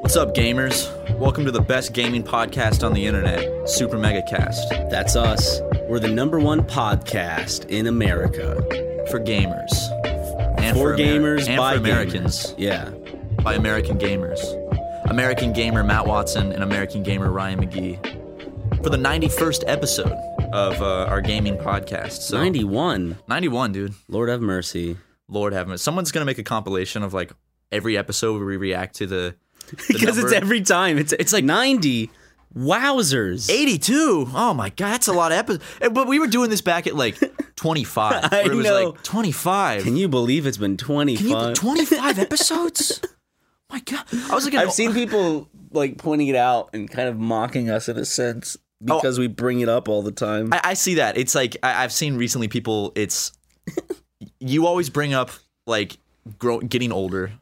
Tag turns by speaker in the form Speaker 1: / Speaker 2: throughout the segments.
Speaker 1: What's up, gamers? Welcome to the best gaming podcast on the internet, Super Mega Cast,
Speaker 2: That's us. We're the number one podcast in America.
Speaker 1: for gamers and
Speaker 2: for
Speaker 1: Ameri-
Speaker 2: gamers
Speaker 1: and
Speaker 2: by
Speaker 1: for Americans
Speaker 2: gamers. Yeah.
Speaker 1: by American gamers. American gamer Matt Watson and American gamer Ryan McGee for the 91st episode of uh, our gaming podcast. So
Speaker 2: 91.
Speaker 1: 91, dude.
Speaker 2: Lord have mercy.
Speaker 1: Lord have mercy. Someone's gonna make a compilation of like every episode where we react to the
Speaker 2: Because it's
Speaker 1: number-
Speaker 2: every time. It's it's like 90. Wowzers.
Speaker 1: 82. Oh my god, that's a lot of episodes. But we were doing this back at like 25.
Speaker 2: I
Speaker 1: where it was
Speaker 2: know.
Speaker 1: like 25.
Speaker 2: Can you believe it's been 25?
Speaker 1: Can you put 25 episodes? My God. I was looking at
Speaker 2: I've seen people like pointing it out and kind of mocking us in a sense because we bring it up all the time.
Speaker 1: Oh. I, I see that. It's like, I, I've seen recently people, it's, you always bring up like grow, getting older.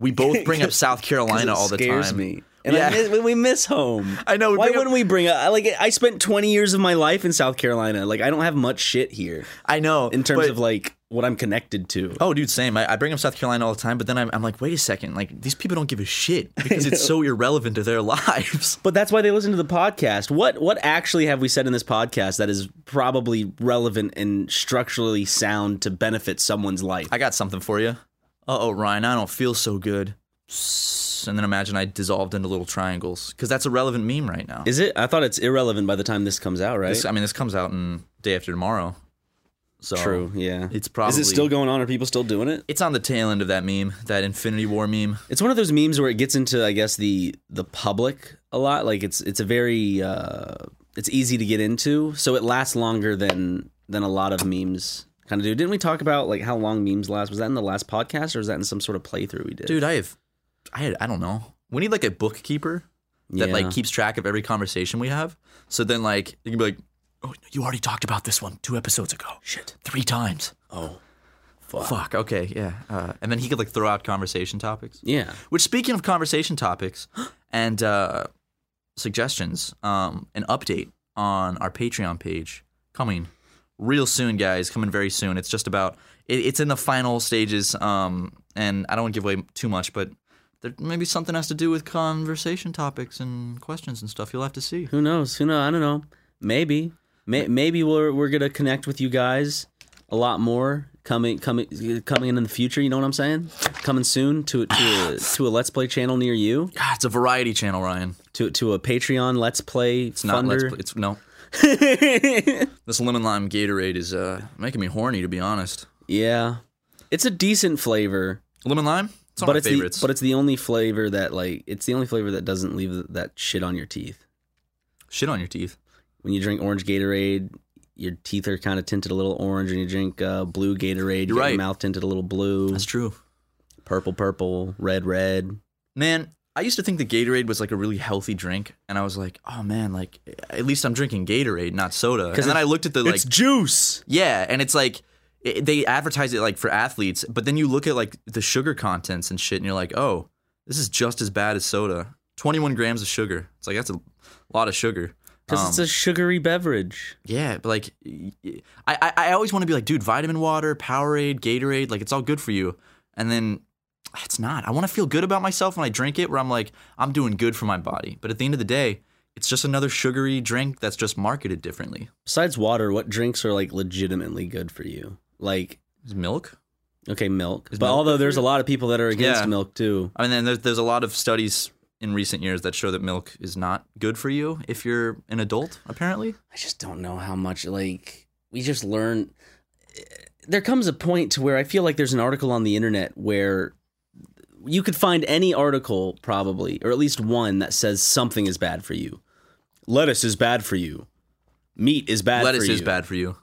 Speaker 1: We both bring up South
Speaker 2: 'Cause
Speaker 1: Carolina
Speaker 2: it
Speaker 1: all the
Speaker 2: scares
Speaker 1: time.
Speaker 2: me. And
Speaker 1: Yeah.
Speaker 2: I miss, when we miss home.
Speaker 1: I know, we
Speaker 2: Why
Speaker 1: bring up-
Speaker 2: wouldn't we bring up? I, Like I spent 20 years of my life in South Carolina. Like I don't have much shit here
Speaker 1: I know.
Speaker 2: in terms
Speaker 1: but-
Speaker 2: of like what I'm connected to.
Speaker 1: Oh, dude, same. I, I bring up South Carolina all the time, but then I'm, I'm like, wait a second. Like, these people don't give a shit because it's so irrelevant to their lives.
Speaker 2: But that's why they listen to the podcast. What what actually have we said in this podcast that is probably relevant and structurally sound to benefit someone's life?
Speaker 1: I got something for you. Uh oh, Ryan, I don't feel so good. Psst, And then imagine I dissolved into little triangles because that's a relevant meme right now.
Speaker 2: Is it? I thought it's irrelevant by the time this comes out, right?
Speaker 1: This, I mean, this comes out in day after tomorrow. So
Speaker 2: True. Yeah.
Speaker 1: It's probably-
Speaker 2: Is it still going on? Are people still doing it?
Speaker 1: It's on the tail end of that meme, that Infinity War meme.
Speaker 2: It's one of those memes where it gets into, I guess, the the public a lot. Like it's it's a very uh, it's easy to get into, so it lasts longer than than a lot of memes kind of do. Didn't we talk about like how long memes last? Was that in the last podcast, or was that in some sort of playthrough we did?
Speaker 1: Dude, I have, I had, I don't know. We need like a bookkeeper that
Speaker 2: Yeah.
Speaker 1: like keeps track of every conversation we have. So then like you can be like, oh, you already talked about this one two episodes ago. Shit, three times.
Speaker 2: oh,
Speaker 1: Fuck. Okay. Yeah. Uh, and then he could like throw out conversation topics.
Speaker 2: yeah.
Speaker 1: Which, speaking of conversation topics and uh, suggestions, um, an update on our Patreon page coming real soon, guys. Coming very soon. It's just about. It, it's in the final stages, um, and I don't want to give away too much, but there maybe something has to do with conversation topics and questions and stuff. You'll have to see.
Speaker 2: Who knows? Who know? I don't know. Maybe. May- maybe we're we're gonna connect with you guys a lot more coming coming coming in the future. You know what I'm saying? Coming soon to to a, to a Let's Play channel near you.
Speaker 1: God, Ah, it's a variety channel, Ryan.
Speaker 2: to to a Patreon Let's Play
Speaker 1: It's not. Let's,
Speaker 2: funder.
Speaker 1: Play- it's no. this lemon lime Gatorade is uh, making me horny, to be honest.
Speaker 2: yeah, it's a decent flavor,
Speaker 1: Lemon lime. It's one
Speaker 2: but
Speaker 1: of my
Speaker 2: it's
Speaker 1: favorites.
Speaker 2: the but it's the only flavor that like it's the only flavor that doesn't leave th- that shit on your teeth.
Speaker 1: Shit on your teeth.
Speaker 2: When you drink orange Gatorade, your teeth are kind of tinted a little orange. When you drink uh, blue Gatorade, you
Speaker 1: You're
Speaker 2: get
Speaker 1: right.
Speaker 2: your mouth tinted a little blue,
Speaker 1: That's true.
Speaker 2: purple, purple, red, red.
Speaker 1: Man, I used to think the Gatorade was like a really healthy drink, and I was like, oh man, like at least I'm drinking Gatorade, not soda. And then I looked at the like
Speaker 2: it's juice.
Speaker 1: Yeah, and it's like it, they advertise it like for athletes, but then you look at like the sugar contents and shit, and you're like, oh, this is just as bad as soda. 21 grams of sugar. It's like that's a lot of sugar. Um,
Speaker 2: Because it's a sugary beverage.
Speaker 1: Yeah, but like, y- y- I I, I always want to be like, dude, vitamin water, Powerade, Gatorade, like it's all good for you, and then. It's not. I want to feel good about myself when I drink it, where I'm like, I'm doing good for my body. But at the end of the day, it's just another sugary drink that's just marketed differently.
Speaker 2: Besides water, what drinks are like legitimately good for you? Like
Speaker 1: Is milk?
Speaker 2: okay, milk.
Speaker 1: Is
Speaker 2: but
Speaker 1: milk
Speaker 2: although
Speaker 1: good for
Speaker 2: there's a lot of people that are against
Speaker 1: Yeah.
Speaker 2: milk too.
Speaker 1: I mean, then there's, there's a lot of studies in recent years that show that milk is not good for you if you're an adult, apparently.
Speaker 2: I just don't know how much like we just learn there comes a point to where I feel like there's an article on the internet where you could find any article probably or at least one that says something is bad for you. Lettuce is bad for you. Meat is bad
Speaker 1: Lettuce
Speaker 2: for you.
Speaker 1: is bad for you.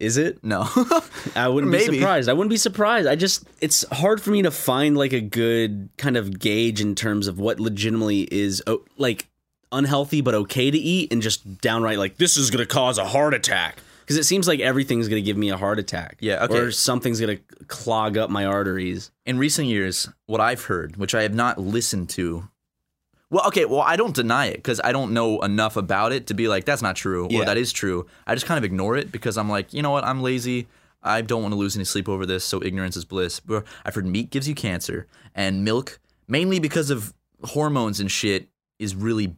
Speaker 2: Is it?
Speaker 1: No.
Speaker 2: I wouldn't
Speaker 1: Maybe.
Speaker 2: be surprised. I wouldn't be surprised. I just it's hard for me to find like a good kind of gauge in terms of what legitimately is oh, like unhealthy but okay to eat and just downright like this is going to cause a heart attack because it seems like everything's going to give me a heart attack.
Speaker 1: Yeah, okay.
Speaker 2: Or something's going to clog up my arteries.
Speaker 1: in recent years, what I've heard, which I have not listened to, well, okay, well, I don't deny it because I don't know enough about it to be like, that's not true or
Speaker 2: Yeah.
Speaker 1: that is true. I just kind of ignore it because I'm like, you know what? I'm lazy. I don't want to lose any sleep over this. So ignorance is bliss. But I've heard meat gives you cancer and milk, mainly because of hormones and shit, is really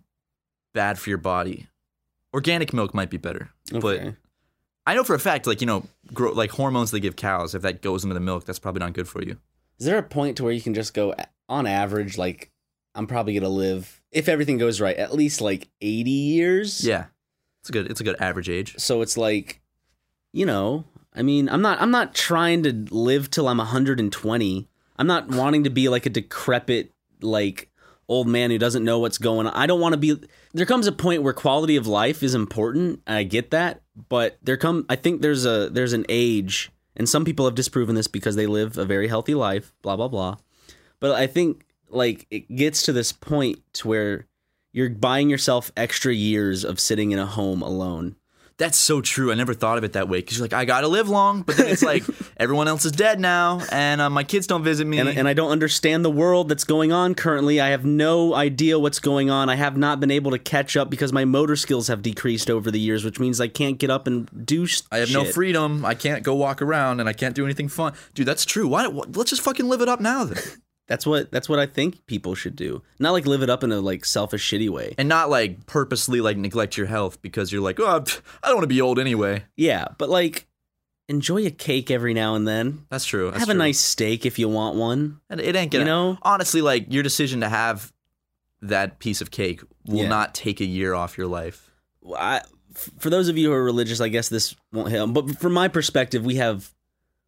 Speaker 1: bad for your body. Organic milk might be better. But
Speaker 2: Okay.
Speaker 1: I know for a fact, like, you know, grow, like hormones they give cows, if that goes into the milk, that's probably not good for you.
Speaker 2: Is there a point to where you can just go a- on average like I'm probably going to live if everything goes right at least like 80 years?
Speaker 1: Yeah, it's a good. It's a good average age.
Speaker 2: so it's like you know i mean i'm not i'm not trying to live till i'm 120 i'm not wanting to be like a decrepit like old man who doesn't know what's going on i don't want to be there comes a point where quality of life is important and i get that but there come i think there's a there's an age and some people have disproven this because they live a very healthy life blah blah blah but i think like it gets to this point to where you're buying yourself extra years of sitting in a home alone
Speaker 1: That's so true. I never thought of it that way because you're like, I gotta live long, but then it's like everyone else is dead now, and uh, my kids don't visit me.
Speaker 2: and, and I don't understand the world that's going on currently. I have no idea what's going on. I have not been able to catch up because my motor skills have decreased over the years, which means I can't get up and do. Sh-
Speaker 1: I have no
Speaker 2: shit.
Speaker 1: freedom. I can't go walk around, and I can't do anything fun. Dude, that's true. Why? wh- let's just fucking live it up now, then,
Speaker 2: That's what that's what I think people should do. Not like live it up in a like selfish, shitty way.
Speaker 1: and not like purposely like neglect your health because you're like, oh, pff, I don't want to be old anyway.
Speaker 2: Yeah, but like enjoy a cake every now and then.
Speaker 1: That's true. That's
Speaker 2: have a
Speaker 1: true.
Speaker 2: nice steak if you want one.
Speaker 1: And it ain't gonna.
Speaker 2: You know?
Speaker 1: honestly, like your decision to have that piece of cake will
Speaker 2: Yeah.
Speaker 1: not take a year off your life.
Speaker 2: I, f- for those of you who are religious, I guess this won't help. But from my perspective, we have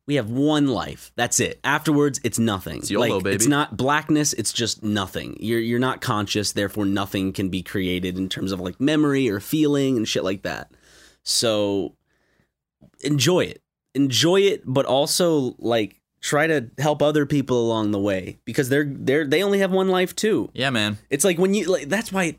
Speaker 2: we have one life. That's it. Afterwards, it's nothing.
Speaker 1: It's YOLO,
Speaker 2: like,
Speaker 1: baby.
Speaker 2: It's not blackness. It's just nothing. You're you're not conscious. Therefore, nothing can be created in terms of like memory or feeling and shit like that. So enjoy it. Enjoy it, but also like try to help other people along the way because they're they're they only have one life too.
Speaker 1: Yeah, man.
Speaker 2: It's like when you like that's why it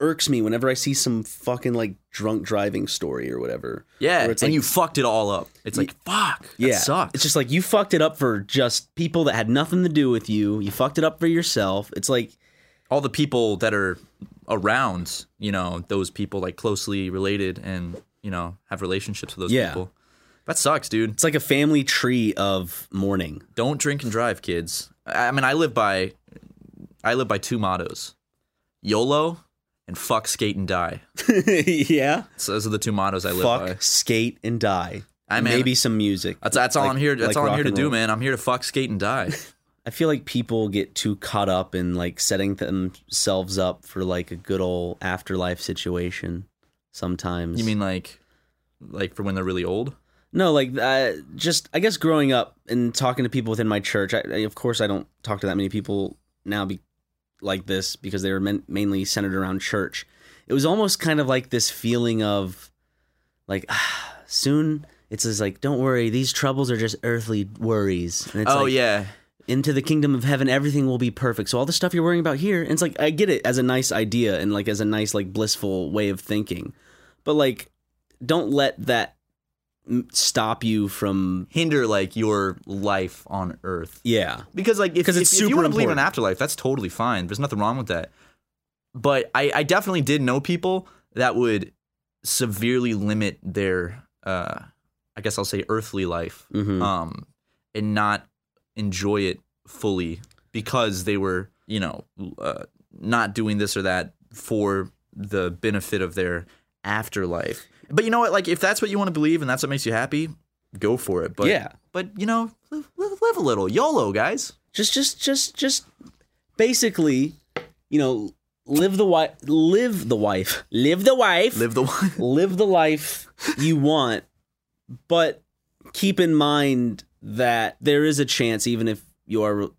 Speaker 2: irks me whenever I see some fucking like drunk driving story or whatever.
Speaker 1: Yeah,
Speaker 2: Where it's
Speaker 1: and
Speaker 2: like-
Speaker 1: you fucked it all up. It's like fuck. That
Speaker 2: yeah.
Speaker 1: sucks.
Speaker 2: It's just like you fucked it up for just people that had nothing to do with you. You fucked it up for yourself. It's like
Speaker 1: all the people that are around, you know, those people like closely related and you know have relationships with those
Speaker 2: Yeah.
Speaker 1: people. That sucks, dude.
Speaker 2: it's like a family tree of mourning.
Speaker 1: Don't drink and drive, kids. I I mean, I live by, I live by two mottos: YOLO and fuck, skate, and die.
Speaker 2: yeah.
Speaker 1: So those are the two mottos I live
Speaker 2: Fuck,
Speaker 1: by.
Speaker 2: skate and die.
Speaker 1: I mean-
Speaker 2: Maybe some music.
Speaker 1: That's, that's all
Speaker 2: Like-
Speaker 1: I'm here. That's
Speaker 2: like
Speaker 1: all I'm
Speaker 2: rock
Speaker 1: here to
Speaker 2: and
Speaker 1: do,
Speaker 2: roll.
Speaker 1: man. I'm here to fuck, skate, and die.
Speaker 2: I feel like people get too caught up in like setting themselves up for like a good old afterlife situation sometimes.
Speaker 1: you mean like, like for when they're really old?
Speaker 2: No, like uh, just I guess growing up and talking to people within my church. I, I of course I don't talk to that many people now, be like this because they were men- mainly centered around church. It was almost kind of like this feeling of like ah, soon. It's just like, don't worry, these troubles are just earthly worries. And it's
Speaker 1: oh
Speaker 2: like,
Speaker 1: yeah,
Speaker 2: into the kingdom of heaven everything will be perfect so all the stuff you're worrying about here and it's like i get it as a nice idea and like as a nice like blissful way of thinking but like don't let that m- stop you from
Speaker 1: hinder like your life on earth.
Speaker 2: yeah
Speaker 1: Because like if,
Speaker 2: 'Cause it's
Speaker 1: if, if you
Speaker 2: super
Speaker 1: want to believe in an
Speaker 2: important.
Speaker 1: afterlife, that's totally fine. There's nothing wrong with that. But I, I definitely did know people that would severely limit their uh I guess I'll say earthly life
Speaker 2: Mhm.
Speaker 1: um and not enjoy it fully because they were, you know, uh, not doing this or that for the benefit of their afterlife. But you know what? Like, if that's what you want to believe and that's what makes you happy, go for it. But
Speaker 2: Yeah.
Speaker 1: But you know, live, live live a little YOLO, guys.
Speaker 2: just just just just basically you know live the wife live the wife live the wife
Speaker 1: Live the one.
Speaker 2: live the life you want, but keep in mind that there is a chance, even if you are.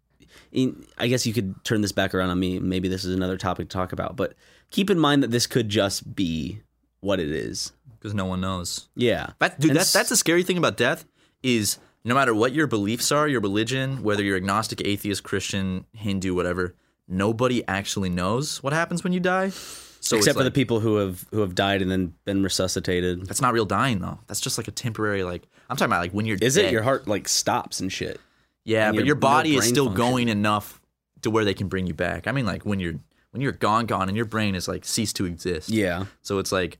Speaker 2: In, I guess you could turn this back around on me. Maybe this is another topic to talk about, but keep in mind that this could just be what it is.
Speaker 1: Because no one knows.
Speaker 2: Yeah.
Speaker 1: That dude,
Speaker 2: And
Speaker 1: that's
Speaker 2: s-
Speaker 1: that's the scary thing about death is no matter what your beliefs are, your religion, whether you're agnostic, atheist, Christian, Hindu, whatever, nobody actually knows what happens when you die. So
Speaker 2: Except for the
Speaker 1: people.
Speaker 2: people who have who have died and then been resuscitated.
Speaker 1: That's not real dying though. That's just like a temporary like I'm talking about like when you're
Speaker 2: Is
Speaker 1: dead.
Speaker 2: it your heart like stops and shit?
Speaker 1: Yeah,
Speaker 2: and
Speaker 1: but
Speaker 2: your-
Speaker 1: your
Speaker 2: no
Speaker 1: body is
Speaker 2: brain
Speaker 1: still
Speaker 2: function.
Speaker 1: going enough to where they can bring you back. I mean like when you're when you're gone gone and your brain is like ceased to exist.
Speaker 2: Yeah.
Speaker 1: So it's like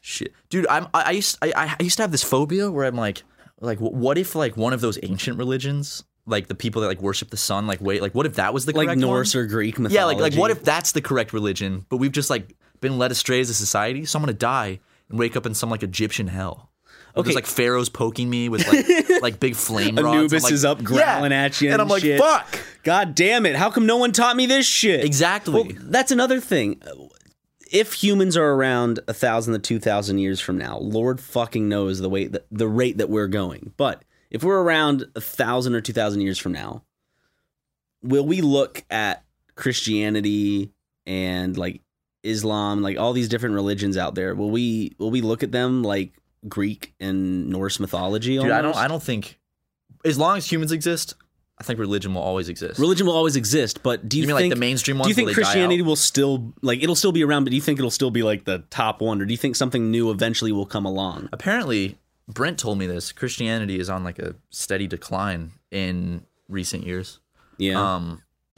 Speaker 1: shit. Dude, I'm I, I used I- I, I used to have this phobia where I'm like like wh- what if like one of those ancient religions like the people that like worship the sun like wait like what if that was the
Speaker 2: Like
Speaker 1: correct
Speaker 2: Norse
Speaker 1: one?
Speaker 2: or Greek mythology.
Speaker 1: yeah like like what if that's the correct religion but we've just like been led astray as a society so I'm gonna die and wake up in some like Egyptian hell okay
Speaker 2: Okay.
Speaker 1: there's like pharaohs poking me with like like big flame rods I'm
Speaker 2: Anubis
Speaker 1: like,
Speaker 2: is up growling
Speaker 1: yeah.
Speaker 2: at you
Speaker 1: and I'm
Speaker 2: and
Speaker 1: like
Speaker 2: shit.
Speaker 1: fuck
Speaker 2: God damn it! How come no one taught me this shit?
Speaker 1: exactly
Speaker 2: Well, that's another thing. If humans are around a thousand to two thousand years from now, Lord fucking knows the way that the rate that we're going. But if we're around a thousand or two thousand years from now, will we look at Christianity and like Islam, like all these different religions out there? Will we will we look at them like Greek and Norse mythology?
Speaker 1: dude I don't
Speaker 2: almost?
Speaker 1: I don't think as long as humans exist I think religion will always exist
Speaker 2: Religion will always exist, but do
Speaker 1: you,
Speaker 2: you,
Speaker 1: mean
Speaker 2: think
Speaker 1: like the mainstream ones
Speaker 2: do you think
Speaker 1: where they die out?
Speaker 2: Christianity will still like it'll still be around? But do you think it'll still be like the top one, or do you think something new eventually will come along?
Speaker 1: apparently Brent told me this Christianity is on like a steady decline in recent years.
Speaker 2: Yeah,
Speaker 1: Um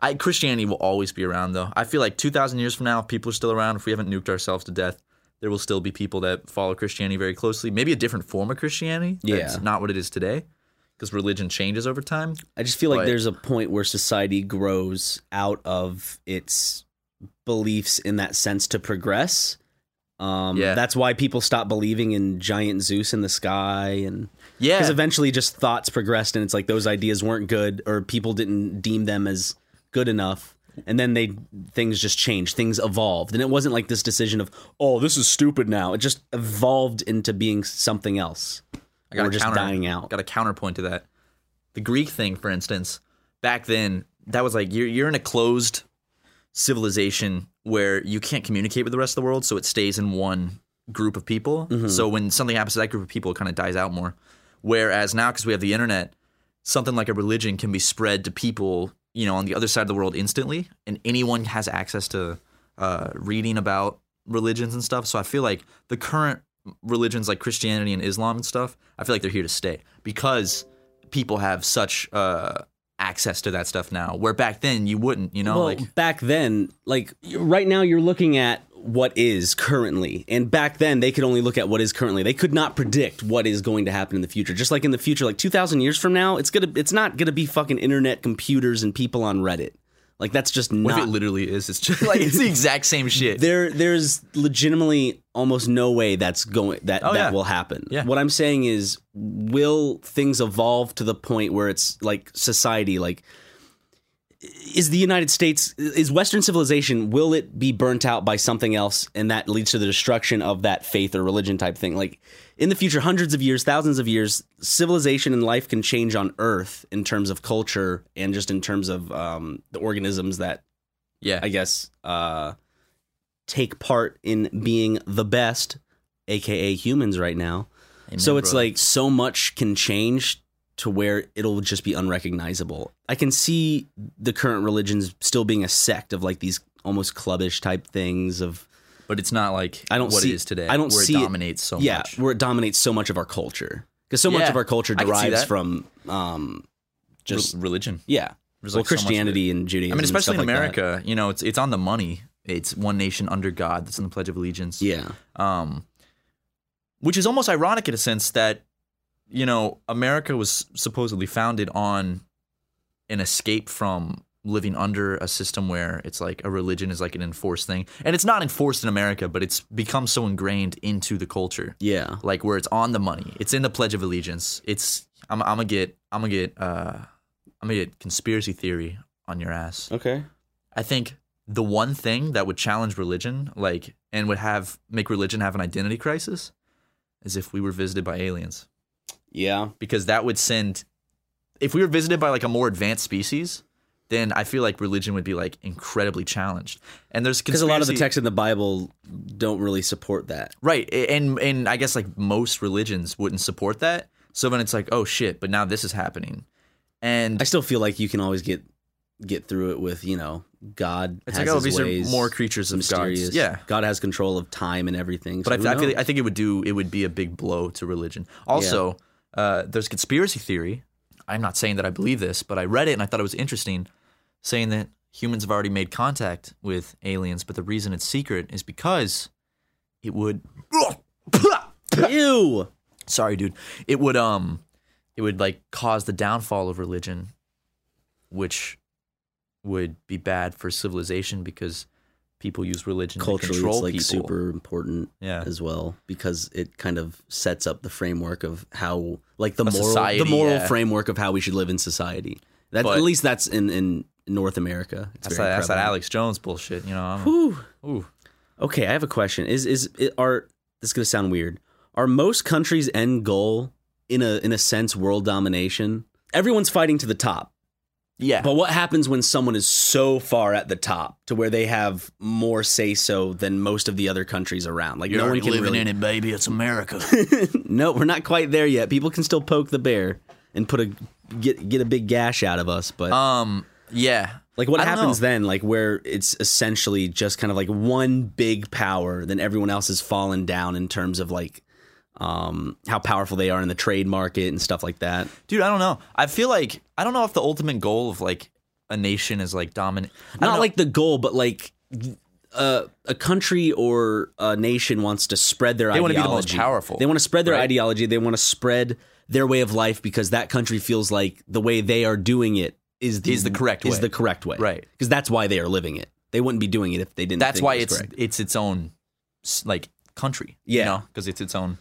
Speaker 1: I Christianity will always be around though. I feel like 2000 years from now if people are still around if we haven't nuked ourselves to death there will still be people that follow Christianity very closely. Maybe a different form of Christianity that's
Speaker 2: Yeah.
Speaker 1: not what it is today because religion changes over time.
Speaker 2: I just feel like
Speaker 1: but-
Speaker 2: there's a point where society grows out of its beliefs in that sense to progress. Um,
Speaker 1: Yeah.
Speaker 2: that's why people stop believing in giant Zeus in the sky, and because
Speaker 1: Yeah.
Speaker 2: eventually just thoughts progressed, and it's like those ideas weren't good, or people didn't deem them as good enough, and then they things just changed, things evolved, and it wasn't like this decision of oh this is stupid now. It just evolved into being something else.
Speaker 1: I got
Speaker 2: or
Speaker 1: a
Speaker 2: just
Speaker 1: counter-
Speaker 2: dying out.
Speaker 1: Got a counterpoint to that. the Greek thing, for instance, back then, that was like you're you're in a closed civilization where you can't communicate with the rest of the world, so it stays in one group of people.
Speaker 2: Mm-hmm.
Speaker 1: So when something happens to that group of people, it kind of dies out more. Whereas now, because we have the internet, something like a religion can be spread to people, you know, on the other side of the world instantly, and anyone has access to uh, reading about religions and stuff. So I feel like the current religions like Christianity and Islam and stuff, I feel like they're here to stay because people have such uh, access to that stuff now. Where back then you wouldn't, you know,
Speaker 2: well,
Speaker 1: like
Speaker 2: back then, like y- right now, you're looking at what is currently, and back then they could only look at what is currently. They could not predict what is going to happen in the future. Just like in the future, like 2,000 years from now, it's gonna, it's not gonna be fucking internet, computers, and people on Reddit. Like that's just
Speaker 1: what if
Speaker 2: not
Speaker 1: it literally is? It's just like it's the exact same shit.
Speaker 2: there there's legitimately almost no way that's going that
Speaker 1: Oh,
Speaker 2: that
Speaker 1: yeah.
Speaker 2: will happen.
Speaker 1: Yeah.
Speaker 2: What I'm saying is will things evolve to the point where it's like society like is the United States is western civilization will it be burnt out by something else and that leads to the destruction of that faith or religion type thing like in the future hundreds of years thousands of years civilization and life can change on earth in terms of culture and just in terms of um, the organisms that
Speaker 1: yeah,
Speaker 2: I guess, uh, take part in being the best, aka humans, right now.
Speaker 1: Amen,
Speaker 2: so it's
Speaker 1: bro.
Speaker 2: like so much can change to where it'll just be unrecognizable. I can see the current religions still being a sect of like these almost clubbish type things of
Speaker 1: but it's not like
Speaker 2: I don't
Speaker 1: what
Speaker 2: see-
Speaker 1: it is today.
Speaker 2: I don't
Speaker 1: where
Speaker 2: see it-
Speaker 1: it dominates so
Speaker 2: yeah,
Speaker 1: much.
Speaker 2: where it dominates so much of our culture because so much
Speaker 1: Yeah,
Speaker 2: of our culture
Speaker 1: I can see
Speaker 2: derives
Speaker 1: that.
Speaker 2: from um just
Speaker 1: Re- religion.
Speaker 2: yeah,
Speaker 1: There's, like,
Speaker 2: well
Speaker 1: so much of
Speaker 2: Christianity
Speaker 1: it.
Speaker 2: and Judaism.
Speaker 1: I mean,
Speaker 2: and
Speaker 1: especially in
Speaker 2: stuff like that.
Speaker 1: America, you know, it's it's on the money. It's one nation under God. That's in the Pledge of Allegiance.
Speaker 2: Yeah,
Speaker 1: um, which is almost ironic in a sense that you know America was supposedly founded on an escape from living under a system where it's like a religion is like an enforced thing, and it's not enforced in America, but it's become so ingrained into the culture,
Speaker 2: yeah.
Speaker 1: like where it's on the money, it's in the Pledge of Allegiance. It's I'm, I'm gonna get I'm gonna get uh I'm gonna get conspiracy theory on your ass.
Speaker 2: Okay.
Speaker 1: I think the one thing that would challenge religion, like, and would have make religion have an identity crisis, is if we were visited by aliens,
Speaker 2: Yeah.
Speaker 1: because that would send. If we were visited by like a more advanced species, then I feel like religion would be like incredibly challenged. And there's
Speaker 2: because a lot of the
Speaker 1: conspiracy-
Speaker 2: texts in the Bible don't really support that.
Speaker 1: Right. a- And and I guess like most religions wouldn't support that. So then it's like, oh shit, but now this is happening. And
Speaker 2: I still feel like you can always get get through it with you know God
Speaker 1: It's
Speaker 2: has
Speaker 1: like, oh,
Speaker 2: his
Speaker 1: these are
Speaker 2: ways,
Speaker 1: more creatures of God's-
Speaker 2: mysterious.
Speaker 1: yeah.
Speaker 2: God has control of time and everything.
Speaker 1: But I,
Speaker 2: so
Speaker 1: th- I
Speaker 2: who
Speaker 1: feel like, I
Speaker 2: knows?
Speaker 1: think it would do it would be a big blow to religion. Also, uh, there's conspiracy theory. I'm not saying that I believe this, but I read it and I thought it was interesting, saying that humans have already made contact with aliens, but the reason it's secret is because it would.
Speaker 2: ew.
Speaker 1: Sorry, dude. It would um, it would like cause the downfall of religion, which would be bad for civilization because people use religion
Speaker 2: Culturally,
Speaker 1: to
Speaker 2: it's
Speaker 1: control
Speaker 2: like
Speaker 1: people.
Speaker 2: super important
Speaker 1: Yeah.
Speaker 2: as well because it kind of sets up the framework of how, like the
Speaker 1: A
Speaker 2: moral,
Speaker 1: society,
Speaker 2: the moral
Speaker 1: yeah.
Speaker 2: framework of how we should live in society. That
Speaker 1: But-
Speaker 2: at least that's in in North America. It's
Speaker 1: that's that,
Speaker 2: very
Speaker 1: that's that
Speaker 2: prevalent.
Speaker 1: Alex Jones bullshit, you know. I'm-
Speaker 2: Whew.
Speaker 1: Ooh.
Speaker 2: Okay, I have a question. Is is it- are this is gonna sound weird? Are most countries' end goal in a in a sense world domination? Everyone's fighting to the top,
Speaker 1: Yeah.
Speaker 2: but what happens when someone is so far at the top to where they have more say so than most of the other countries around? Like no one can really.
Speaker 1: it, baby. It's America.
Speaker 2: no, we're not quite there yet. People can still poke the bear and put a get get a big gash out of us, but
Speaker 1: um. Yeah.
Speaker 2: Like what
Speaker 1: I don't
Speaker 2: happens
Speaker 1: know.
Speaker 2: then? Like where it's essentially just kind of like one big power, then everyone else has fallen down in terms of like um, how powerful they are in the trade market and stuff like that.
Speaker 1: dude? I don't know. I feel like I don't know if the ultimate goal of like a nation is like dominant. I don't
Speaker 2: Not
Speaker 1: know.
Speaker 2: like the goal, but like uh, a country or a nation wants to spread their
Speaker 1: They wanna
Speaker 2: ideology.
Speaker 1: be the most powerful,
Speaker 2: They want to spread their
Speaker 1: right?
Speaker 2: ideology. They want to spread their way of life because that country feels like the way they are doing it is the,
Speaker 1: Is the correct
Speaker 2: is
Speaker 1: way.
Speaker 2: the correct way,
Speaker 1: Right.
Speaker 2: Because that's why they are living it. They wouldn't be doing it if they didn't.
Speaker 1: that's
Speaker 2: think
Speaker 1: why
Speaker 2: it was
Speaker 1: it's
Speaker 2: correct.
Speaker 1: it's its own s- like country.
Speaker 2: Yeah.
Speaker 1: You know, because it's its own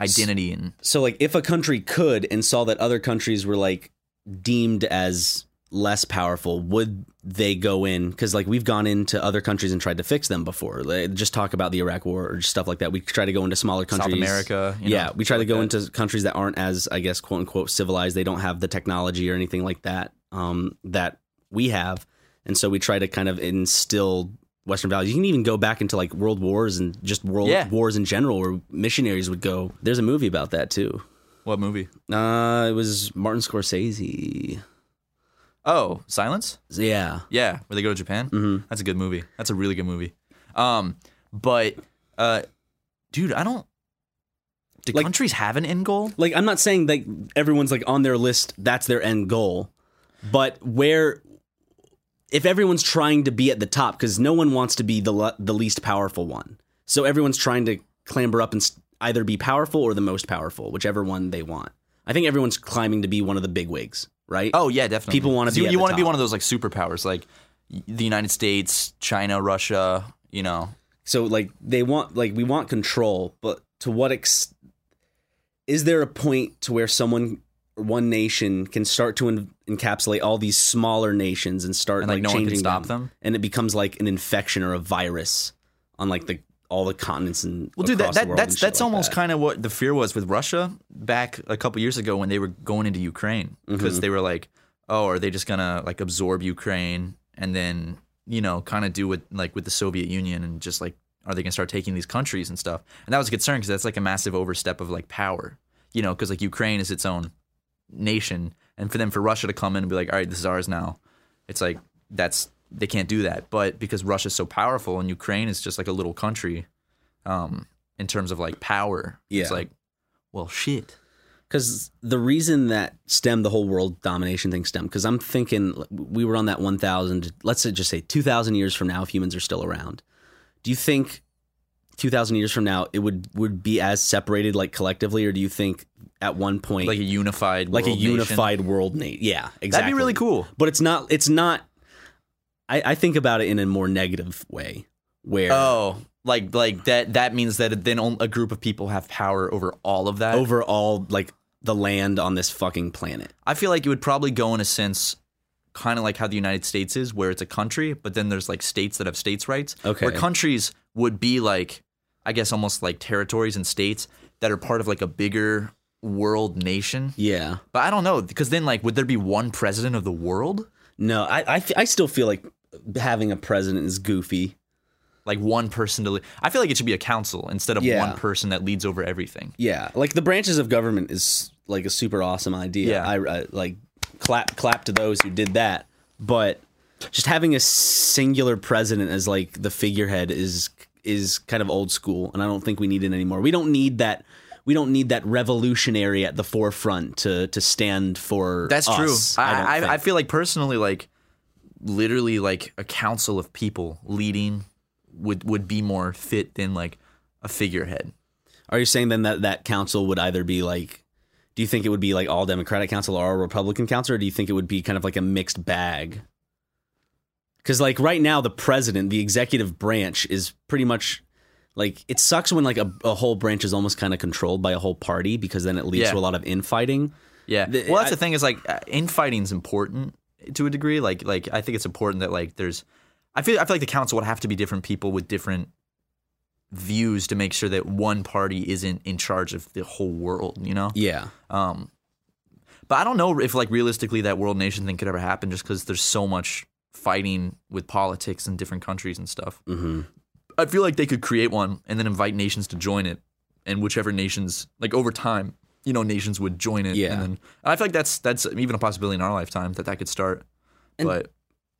Speaker 1: identity and
Speaker 2: so like if a country could and saw that other countries were like deemed as less powerful would they go in because like we've gone into other countries and tried to fix them before like, just talk about the iraq war or just stuff like that we try to go into smaller
Speaker 1: South
Speaker 2: countries
Speaker 1: America, you know,
Speaker 2: yeah we try to
Speaker 1: like
Speaker 2: go
Speaker 1: that.
Speaker 2: into countries that aren't as i guess quote unquote civilized they don't have the technology or anything like that um, that we have and so we try to kind of instill western values you can even go back into like world wars and just world
Speaker 1: Yeah.
Speaker 2: wars in general where missionaries would go there's a movie about that too
Speaker 1: What movie?
Speaker 2: uh, it was martin scorsese
Speaker 1: Oh, Silence.
Speaker 2: yeah
Speaker 1: Yeah, where they go to Japan. Mm-hmm. That's a good movie. That's a really good movie. Um, but uh, dude, I don't. Do
Speaker 2: Like-
Speaker 1: countries have an end goal?
Speaker 2: like I'm not saying like everyone's like on their list that's their end goal, but where if everyone's trying to be at the top because no one wants to be the le- the least powerful one, so everyone's trying to clamber up and s either be powerful or the most powerful, whichever one they want. I think everyone's climbing to be one of the big wigs, right?
Speaker 1: Oh yeah, definitely.
Speaker 2: People wanna
Speaker 1: 'Cause
Speaker 2: be
Speaker 1: You,
Speaker 2: at
Speaker 1: you
Speaker 2: the
Speaker 1: wanna be
Speaker 2: top.
Speaker 1: one of those like superpowers, like y- the United States, China, Russia. You know,
Speaker 2: So like they want like we want control, but to what ex is there a point to where someone one nation can start to en- encapsulate all these smaller nations and start
Speaker 1: And, like,
Speaker 2: like
Speaker 1: no one can
Speaker 2: changing
Speaker 1: stop them?
Speaker 2: and it becomes like an infection or a virus on like the all the continents and
Speaker 1: Well, dude, that,
Speaker 2: across the
Speaker 1: that
Speaker 2: world
Speaker 1: that's
Speaker 2: and shit
Speaker 1: that's
Speaker 2: like
Speaker 1: almost
Speaker 2: that.
Speaker 1: kind of what the fear was with Russia back a couple years ago when they were going into Ukraine because they were like, oh, are they just gonna like absorb Ukraine and then you know kind of do what like with the Soviet Union and just like are they gonna start taking these countries and stuff? And that was a concern because that's like a massive overstep of like power, you know, because like Ukraine is its own nation, and for them for Russia to come in and be like, all right, this is ours now, it's like that's they can't do that. But because Russia's so powerful and Ukraine is just like a little country, um, in terms of like power,
Speaker 2: Yeah.
Speaker 1: it's like, well, shit.
Speaker 2: Because the reason that STEM, the whole world domination thing, STEM, because I'm thinking like, we were on that 1,000, let's just say 2,000 years from now, if humans are still around, do you think 2,000 years from now it would, would be as separated, like collectively, or do you think at one point,
Speaker 1: Like a unified,
Speaker 2: like a
Speaker 1: world nation.
Speaker 2: unified world nation? Yeah, exactly.
Speaker 1: really cool.
Speaker 2: But it's not, it's not, I, I think about it in a more negative way where
Speaker 1: Oh, like like that. That means that then on- a group of people have power over all of that.
Speaker 2: overall, like the land on this fucking planet.
Speaker 1: I feel like it would probably go in a sense kind of like how the United States is, where it's a country, but then there's like states that have states' rights.
Speaker 2: Okay.
Speaker 1: Where countries would be like, I guess, almost like territories and states that are part of like a bigger world nation.
Speaker 2: Yeah.
Speaker 1: But I don't know, because then like, would there be one president of the world?
Speaker 2: No, I, I, f- I still feel like having a president is goofy.
Speaker 1: Like one person to lead. I feel like it should be a council instead of
Speaker 2: Yeah.
Speaker 1: one person that leads over everything.
Speaker 2: Yeah, like the branches of government is like a super awesome idea.
Speaker 1: Yeah.
Speaker 2: I, I like clap clap to those who did that, but just having a singular president as like the figurehead is is kind of old school, and I don't think we need it anymore. We don't need that. We don't need that revolutionary at the forefront to to stand for.
Speaker 1: That's
Speaker 2: us,
Speaker 1: true.
Speaker 2: don't
Speaker 1: I,
Speaker 2: think.
Speaker 1: I, I feel like personally, like literally, like a council of people leading would would be more fit than like a figurehead.
Speaker 2: Are you saying then that that council would either be like, do you think it would be like all Democratic council or all Republican council, or do you think it would be kind of like a mixed bag? Because like right now, the president, the executive branch, is pretty much like it sucks when like a, a whole branch is almost kind of controlled by a whole party because then it leads
Speaker 1: Yeah.
Speaker 2: to a lot of infighting.
Speaker 1: Yeah.
Speaker 2: The-
Speaker 1: well, that's the
Speaker 2: I-
Speaker 1: thing is like uh, infighting's important to a degree. Like like I think it's important that like there's I feel I feel like the council would have to be different people with different views to make sure that one party isn't in charge of the whole world. You know.
Speaker 2: Yeah,
Speaker 1: Um, but I don't know if like realistically that world nation thing could ever happen just because there's so much fighting with politics in different countries and stuff.
Speaker 2: mm-hmm.
Speaker 1: I feel like they could create one and then invite nations to join it, and whichever nations like over time, you know, nations would join it.
Speaker 2: Yeah.
Speaker 1: and then, I feel like that's that's even a possibility in our lifetime that that could start.
Speaker 2: And-
Speaker 1: but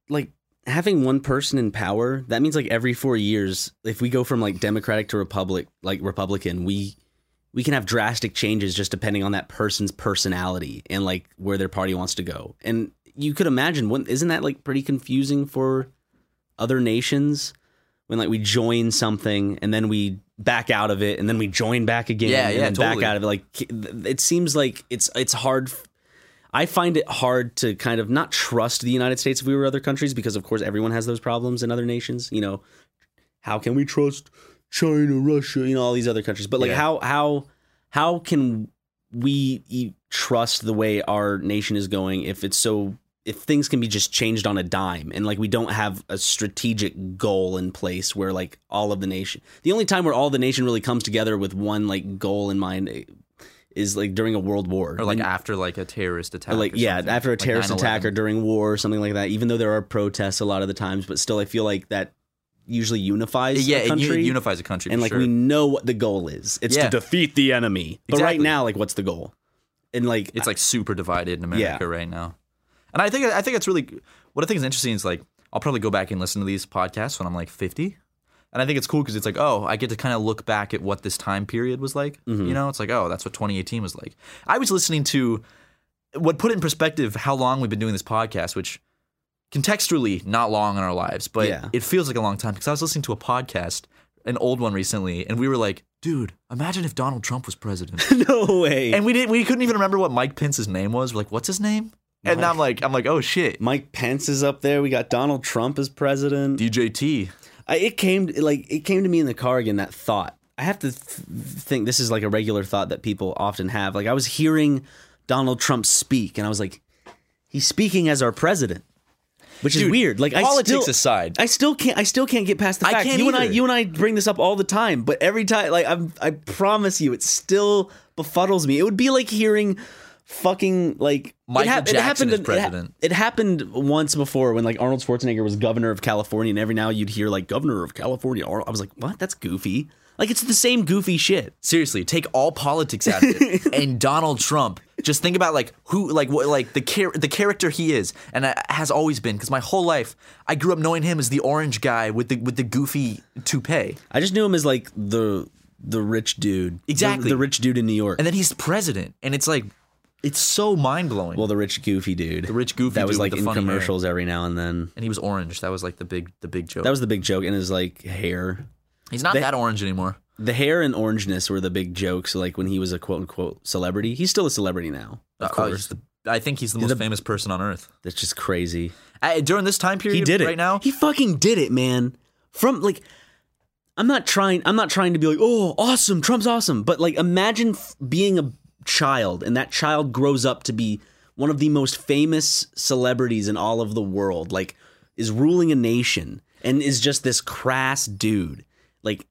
Speaker 2: like having one person in power that means like every four years if we go from like democratic to republic like republican we we can have drastic changes just depending on that person's personality and like where their party wants to go and you could imagine wouldn't- isn't that like pretty confusing for other nations when like we join something and then we back out of it and then we join back again
Speaker 1: Yeah,
Speaker 2: and
Speaker 1: yeah,
Speaker 2: then
Speaker 1: totally.
Speaker 2: back out of it like it seems like it's it's hard f- I find it hard to kind of not trust the United States if we were other countries because, of course, everyone has those problems in other nations. You know, how can we trust China, Russia, you know, all these other countries? But like,
Speaker 1: Yeah.
Speaker 2: how how how can we e- trust the way our nation is going if it's so if things can be just changed on a dime and like we don't have a strategic goal in place where like all of the nation the only time where all the nation really comes together with one like goal in mind eh, is like during a world war
Speaker 1: or like
Speaker 2: When-
Speaker 1: after like a terrorist attack.
Speaker 2: or, like
Speaker 1: or
Speaker 2: yeah
Speaker 1: something,
Speaker 2: after a
Speaker 1: like
Speaker 2: terrorist attack
Speaker 1: 9/11.
Speaker 2: or during war or something like that even though there are protests a lot of the times but still i feel like that usually unifies
Speaker 1: yeah,
Speaker 2: a
Speaker 1: it u-
Speaker 2: country
Speaker 1: it unifies a country.
Speaker 2: and
Speaker 1: for
Speaker 2: like
Speaker 1: sure.
Speaker 2: we know what the goal is it's
Speaker 1: Yeah.
Speaker 2: to defeat the enemy but right
Speaker 1: Exactly.
Speaker 2: now like what's the goal and like
Speaker 1: it's like super divided in America
Speaker 2: Yeah.
Speaker 1: right now. And I think I think it's really what I think is interesting is like I'll probably go back and listen to these podcasts when I'm like 50. And I think it's cool because it's like, oh, I get to kind of look back at what this time period was like.
Speaker 2: Mm-hmm.
Speaker 1: You know, it's like, oh, that's what 2018 was like. I was listening to what put in perspective how long we've been doing this podcast, which contextually not long in our lives, but
Speaker 2: Yeah.
Speaker 1: it feels like a long time because I was listening to a podcast, an old one recently, and we were like, dude, imagine if Donald Trump was president.
Speaker 2: no way
Speaker 1: And we didn't. We couldn't even remember what Mike Pence's name was. We're like, what's his name? And I'm like, I'm like, oh shit,
Speaker 2: Mike Pence is up there. We got Donald Trump as president.
Speaker 1: DJT.
Speaker 2: I, it came like it came to me in the car again. That thought. I have to th- think this is like a regular thought that people often have. Like I was hearing Donald Trump speak, and I was like, he's speaking as our president, which is
Speaker 1: Dude,
Speaker 2: weird. Like I
Speaker 1: politics
Speaker 2: still,
Speaker 1: aside.
Speaker 2: I still can't. I still can't get past the
Speaker 1: I
Speaker 2: fact.
Speaker 1: can't
Speaker 2: you and I,
Speaker 1: either.
Speaker 2: you and I bring this up all the time, but every time, like I'm, I promise you, it still befuddles me. It would be like hearing fucking like
Speaker 1: Michael
Speaker 2: hap-
Speaker 1: Jackson
Speaker 2: happened
Speaker 1: is
Speaker 2: in- it
Speaker 1: president.
Speaker 2: It, happened once before when like Arnold Schwarzenegger was governor of California, and every now you'd hear like governor of California. Arnold. I was like, what? That's goofy. Like it's the same goofy shit.
Speaker 1: Seriously, take all politics out of it, and Donald Trump. Just think about like who, like what, like the char- the character he is, and I, has always been. Because my whole life, I grew up knowing him as the orange guy with the with the goofy toupee,
Speaker 2: I just knew him as like the the rich dude, The-
Speaker 1: Exactly.
Speaker 2: the, rich dude in New York.
Speaker 1: and then he's president, and it's like, it's so mind blowing.
Speaker 2: well, the rich goofy dude, the
Speaker 1: rich goofy
Speaker 2: that was
Speaker 1: dude with
Speaker 2: like
Speaker 1: the
Speaker 2: in
Speaker 1: funny hair.
Speaker 2: commercials every now and then.
Speaker 1: and he was orange. That was like the big the big joke.
Speaker 2: That was the big joke, and his like hair.
Speaker 1: he's not
Speaker 2: they-
Speaker 1: that orange anymore.
Speaker 2: The hair and orangeness were the big jokes. Like when he was a quote unquote celebrity, he's still a celebrity now.
Speaker 1: Uh, oh,
Speaker 2: Of
Speaker 1: he's
Speaker 2: course,
Speaker 1: the- I think he's the most
Speaker 2: the-
Speaker 1: famous person on earth.
Speaker 2: that's just crazy.
Speaker 1: I, during this time period,
Speaker 2: He did it
Speaker 1: right now.
Speaker 2: He fucking did it, man. From like, I'm not trying. I'm not trying to be like, oh, awesome, Trump's awesome. But like, imagine f- being a child and that child grows up to be one of the most famous celebrities in all of the world. Like, is ruling a nation and is just this crass dude. Like,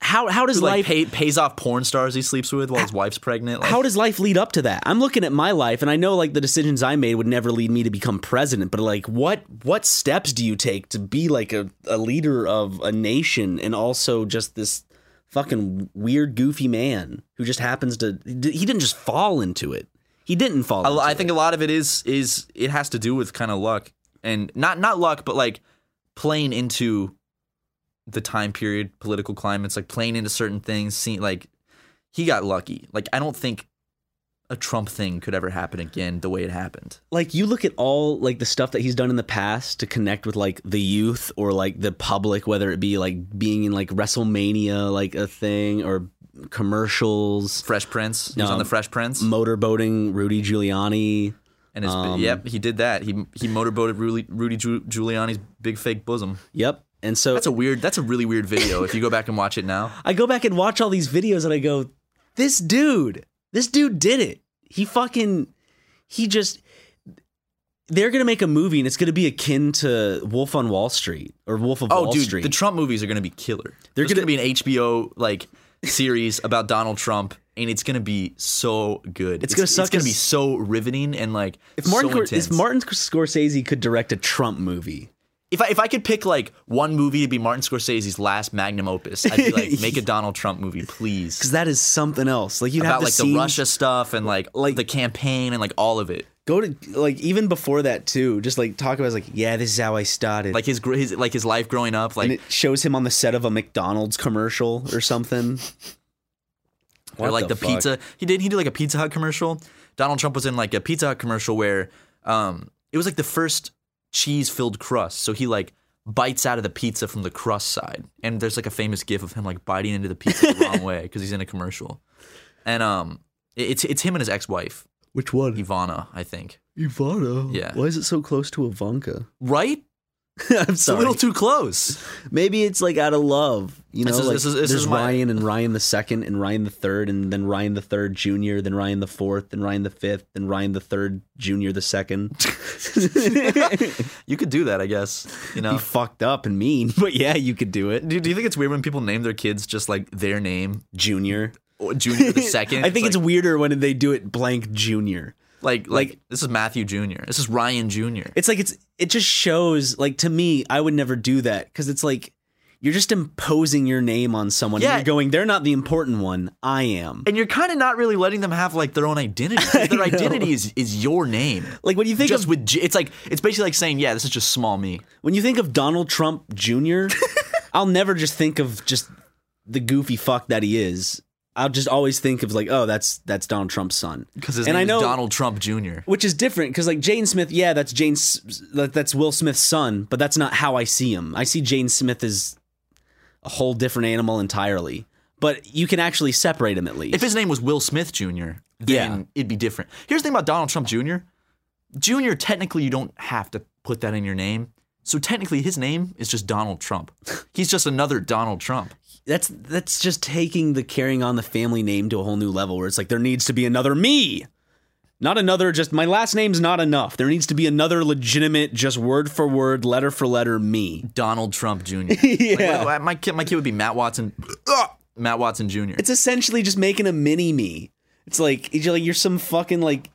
Speaker 2: how how does
Speaker 1: Who, like
Speaker 2: life
Speaker 1: pay, pays off porn stars he sleeps with while his wife's pregnant. Like,
Speaker 2: how does life lead up to that? I'm looking at my life and I know like the decisions I made would never lead me to become president, but like what what steps do you take to be like a, a leader of a nation and also just this fucking weird goofy man who just happens to he didn't just fall into it. He didn't fall.
Speaker 1: A
Speaker 2: into
Speaker 1: lo- I
Speaker 2: it.
Speaker 1: think a lot of it is is it has to do with kind of luck and not not luck, but like playing into the time period, political climates, like playing into certain things. Seeing like he got lucky. Like I don't think a Trump thing could ever happen again the way it happened.
Speaker 2: like you look at all like the stuff that he's done in the past to connect with like the youth or like the public whether it be like being in like WrestleMania like a thing or commercials
Speaker 1: Fresh Prince, he was
Speaker 2: No.
Speaker 1: on the Fresh Prince,
Speaker 2: motorboating Rudy Giuliani.
Speaker 1: and his yep, he did that. He he motorboated Rudy, Rudy Giu- Giuliani's big fake bosom.
Speaker 2: Yep. And so
Speaker 1: That's a weird. That's a really weird video. if you go back and watch it now,
Speaker 2: I go back and watch all these videos and I go, this dude, this dude did it. He fucking, he just, they're going to make a movie and it's going to be akin to Wolf on Wall Street or Wolf of
Speaker 1: Oh,
Speaker 2: Wall
Speaker 1: dude,
Speaker 2: Street.
Speaker 1: the Trump movies are going to be killer. There's
Speaker 2: gonna-
Speaker 1: going to be an HBO like series about Donald Trump, and it's going to be so good.
Speaker 2: It's gonna suck
Speaker 1: It's going
Speaker 2: as-
Speaker 1: to be so riveting and like
Speaker 2: if Martin,
Speaker 1: so
Speaker 2: Cor-
Speaker 1: intense.
Speaker 2: if Martin Scorsese could direct a Trump movie,
Speaker 1: if I if I could pick like one movie to be Martin Scorsese's last magnum opus, I'd be like, make a Donald Trump movie, please.
Speaker 2: because that is something else. Like you'd have
Speaker 1: About
Speaker 2: the
Speaker 1: like
Speaker 2: scenes-
Speaker 1: the Russia stuff and like
Speaker 2: Like-
Speaker 1: like the campaign and like all of it,
Speaker 2: Go to like even before that too. Just like talk about like yeah, this is how I started.
Speaker 1: like his gr- his like his life growing up, like
Speaker 2: and it shows him on the set of a McDonald's commercial or something.
Speaker 1: or like the, pizza. He did. He did like a Pizza Hut commercial. Donald Trump was in like a Pizza Hut commercial where um, it was like the first cheese filled crust. So he like bites out of the pizza from the crust side, and there's like a famous gif of him like biting into the pizza the wrong way because he's in a commercial. And um, it- it's it's him and his ex wife
Speaker 2: Which one?
Speaker 1: Ivana, I think.
Speaker 2: Ivana.
Speaker 1: Yeah.
Speaker 2: Why is it so close to Ivanka?
Speaker 1: Right?
Speaker 2: I'm
Speaker 1: It's a
Speaker 2: sorry.
Speaker 1: little too close.
Speaker 2: Maybe it's like out of love. You know,
Speaker 1: This is-
Speaker 2: like
Speaker 1: this is- this
Speaker 2: there's
Speaker 1: is my-
Speaker 2: Ryan and Ryan the second and Ryan the third and then Ryan the third junior, then Ryan the fourth, then Ryan the fifth, then Ryan the third junior the second.
Speaker 1: You could do that, I guess. You know.
Speaker 2: Be fucked up and mean, but yeah, you could do it.
Speaker 1: Do, do you think it's weird when people name their kids just like their name,
Speaker 2: Junior.
Speaker 1: or Junior the second?
Speaker 2: I think it's
Speaker 1: like,
Speaker 2: weirder when they do it blank junior.
Speaker 1: like, like this is Matthew Junior. This is Ryan Junior.
Speaker 2: It's like it's it just shows like to me I would never do that because it's like you're just imposing your name on someone. and
Speaker 1: Yeah.
Speaker 2: you're going they're not the important one. I am.
Speaker 1: And you're kind of not really letting them have like their own identity. Their identity is is your name.
Speaker 2: Like when you think
Speaker 1: just
Speaker 2: of
Speaker 1: with J- it's like it's basically like saying, yeah, this is just small me.
Speaker 2: when you think of Donald Trump Jr., I'll never just think of just the goofy fuck that he is. I'll just always think of like, oh, that's that's Donald Trump's son.
Speaker 1: Because his
Speaker 2: And
Speaker 1: name
Speaker 2: I know-
Speaker 1: is Donald Trump Jr.
Speaker 2: which is different because like Jane Smith, yeah, that's Jane, S- that- that's Will Smith's son, but that's not how I see him. I see Jane Smith as a whole different animal entirely. But you can actually separate him at least.
Speaker 1: If his name was Will Smith Jr., then
Speaker 2: Yeah.
Speaker 1: it'd be different. Here's the thing about Donald Trump Jr. Jr. Technically, you don't have to put that in your name. So technically, his name is just Donald Trump. He's just another Donald Trump.
Speaker 2: that's that's just taking the carrying on the family name to a whole new level where it's like there needs to be another me. Not another just my last name's not enough. There needs to be another legitimate just word for word, letter for letter me.
Speaker 1: Donald Trump Jr. yeah. my kid, my kid would be Matt Watson. Matt Watson Jr.
Speaker 2: It's essentially just making a mini me. It's like you're like- you're some fucking like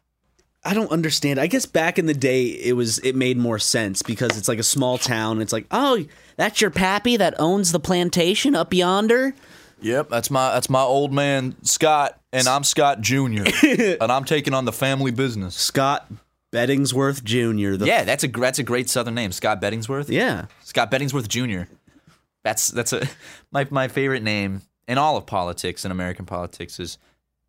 Speaker 2: I don't understand. I guess back in the day it was it made more sense because it's like a small town. It's like, "Oh, that's your pappy that owns the plantation up yonder?"
Speaker 1: Yep, that's my that's my old man Scott, and I'm Scott Jr. and I'm taking on the family business.
Speaker 2: Scott Beddingsworth Jr. the
Speaker 1: Yeah, that's a gr- that's a great Southern name, Scott Bettingsworth.
Speaker 2: Yeah.
Speaker 1: Scott Bettingsworth Jr. That's that's a my my favorite name in all of politics in American politics is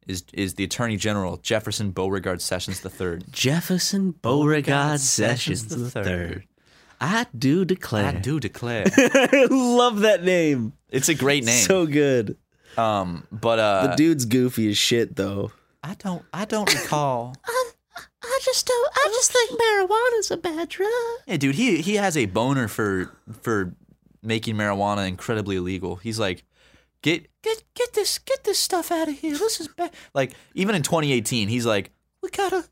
Speaker 1: is is the Attorney General Jefferson Beauregard Sessions III.
Speaker 2: Jefferson Beauregard Sessions the third. I do declare.
Speaker 1: I do declare,
Speaker 2: love that name.
Speaker 1: it's a great name.
Speaker 2: So good.
Speaker 1: um, but
Speaker 2: The
Speaker 1: uh,
Speaker 2: dude's goofy as shit, though.
Speaker 1: I don't I don't recall.
Speaker 2: I just don't. I just think marijuana's a bad drug.
Speaker 1: yeah, dude, he he has a boner for for making marijuana incredibly illegal. He's like. Get get get this get this stuff out of here. This is bad. Like even in 2018, he's like, we gotta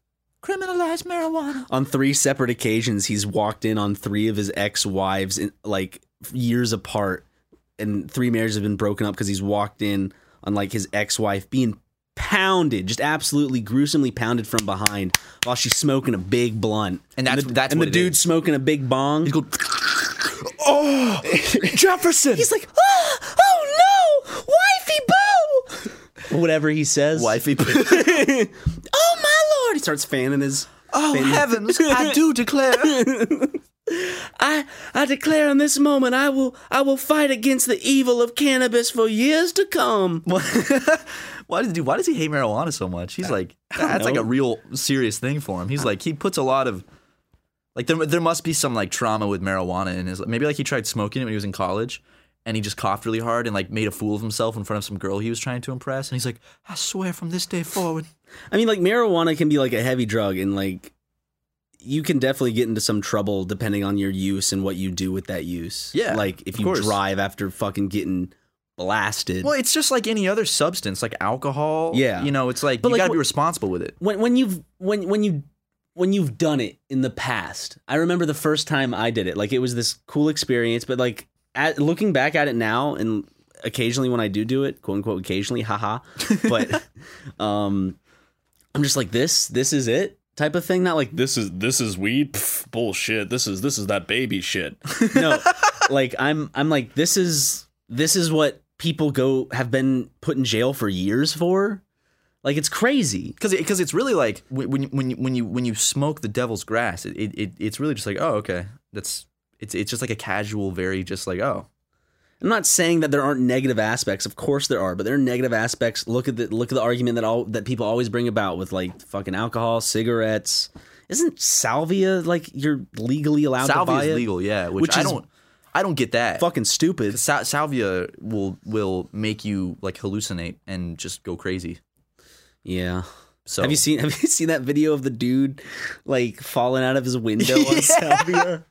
Speaker 1: criminalize marijuana.
Speaker 2: On three separate occasions, he's walked in on three of his ex-wives, in, like years apart, and three marriages have been broken up because he's walked in on like his ex-wife being pounded, just absolutely gruesomely pounded from behind while she's smoking a big blunt.
Speaker 1: And that's-
Speaker 2: the,
Speaker 1: that's
Speaker 2: and
Speaker 1: what
Speaker 2: the
Speaker 1: it
Speaker 2: dude
Speaker 1: is.
Speaker 2: smoking a big bong.
Speaker 1: He's going, oh, Jefferson.
Speaker 2: He's like, oh, oh no, wifey boo. Whatever he says.
Speaker 1: wifey.
Speaker 2: Oh my lord. He starts fanning his.
Speaker 1: oh heavens! I do declare.
Speaker 2: I I declare in this moment I will I will fight against the evil of cannabis for years to come.
Speaker 1: why does dude? Why does he hate marijuana so much? He's like, that's like
Speaker 2: know.
Speaker 1: a real serious thing for him. He's like, he puts a lot of. Like there, there must be some like trauma with marijuana in his. Maybe like he tried smoking it when he was in college, and he just coughed really hard and like made a fool of himself in front of some girl he was trying to impress. And he's like, I swear from this day forward,
Speaker 2: I mean like marijuana can be like a heavy drug and like you can definitely get into some trouble depending on your use and what you do with that use.
Speaker 1: Yeah,
Speaker 2: Like if
Speaker 1: of
Speaker 2: you
Speaker 1: course.
Speaker 2: drive after fucking getting blasted.
Speaker 1: Well, it's just like any other substance, like alcohol.
Speaker 2: Yeah.
Speaker 1: you know, it's like
Speaker 2: But,
Speaker 1: you
Speaker 2: like,
Speaker 1: gotta be
Speaker 2: wh-
Speaker 1: responsible with it.
Speaker 2: when when you've when when you when you've done it in the past i remember the first time i did it like it was this cool experience but like at, looking back at it now and occasionally when i do do it quote unquote occasionally haha but um i'm just like this this is it type of thing not like this is this is weed Pff, bullshit this is this is that baby shit no like i'm i'm like this is this is what people go have been put in jail for years for like it's crazy
Speaker 1: because because it's really like when when you- when you when you when you smoke the devil's grass, it, it, it it's really just like oh okay, that's it's it's just like a casual, very just like oh
Speaker 2: I'm not saying that there aren't negative aspects. Of course there are, but there are negative aspects. Look at the look at the argument that all that people always bring about with like fucking alcohol, cigarettes. Isn't salvia like you're legally allowed to
Speaker 1: salvia
Speaker 2: buy
Speaker 1: is
Speaker 2: it?
Speaker 1: legal, yeah, which,
Speaker 2: Which
Speaker 1: I
Speaker 2: is
Speaker 1: don't I don't get that.
Speaker 2: Fucking stupid.
Speaker 1: Sa- salvia will will make you like hallucinate and just go crazy.
Speaker 2: Yeah.
Speaker 1: So
Speaker 2: Have you seen Have you seen that video of the dude like falling out of his window on salvia?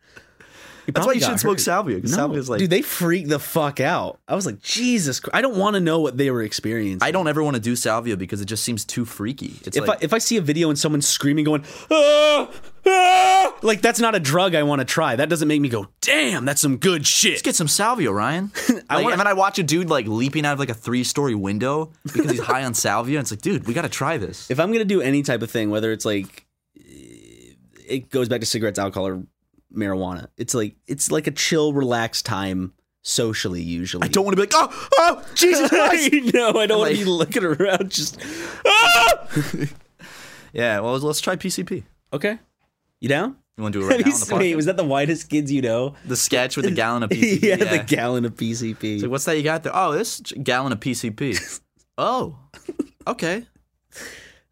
Speaker 1: That's why
Speaker 2: probably
Speaker 1: you
Speaker 2: got
Speaker 1: should smoke
Speaker 2: hurt.
Speaker 1: salvia. Because
Speaker 2: No.
Speaker 1: salvia's like,
Speaker 2: dude, they freak the fuck out. I was like, Jesus, Christ. I don't want to know what they were experiencing.
Speaker 1: I don't ever want to do salvia because it just seems too freaky. It's
Speaker 2: if
Speaker 1: like,
Speaker 2: I if I see a video and someone's screaming, going, ah, ah, like that's not a drug I want to try. That doesn't make me go, damn, that's some good shit.
Speaker 1: Let's get some salvia, Ryan.
Speaker 2: I
Speaker 1: Like,
Speaker 2: wanna-
Speaker 1: and then I watch a dude like leaping out of like a three-story window because he's high on salvia. And it's like, dude, we got to try this.
Speaker 2: if I'm gonna do any type of thing, whether it's like eh, it goes back to cigarettes, alcohol, or marijuana, it's like it's like a chill, relaxed time socially. Usually,
Speaker 1: I don't want to be like, oh, oh, Jesus Christ.
Speaker 2: no, I don't want
Speaker 1: Like-
Speaker 2: to be looking around. Just ah!
Speaker 1: yeah, well, let's try PCP.
Speaker 2: okay. You down?
Speaker 1: You want to do it right now on the
Speaker 2: Wait,
Speaker 1: podcast?
Speaker 2: was that the whitest kids you know?
Speaker 1: the sketch with the gallon of PCP.
Speaker 2: yeah, the
Speaker 1: yeah.
Speaker 2: gallon of PCP.
Speaker 1: It's like, what's that you got there? Oh, this j- gallon of PCP. oh, okay.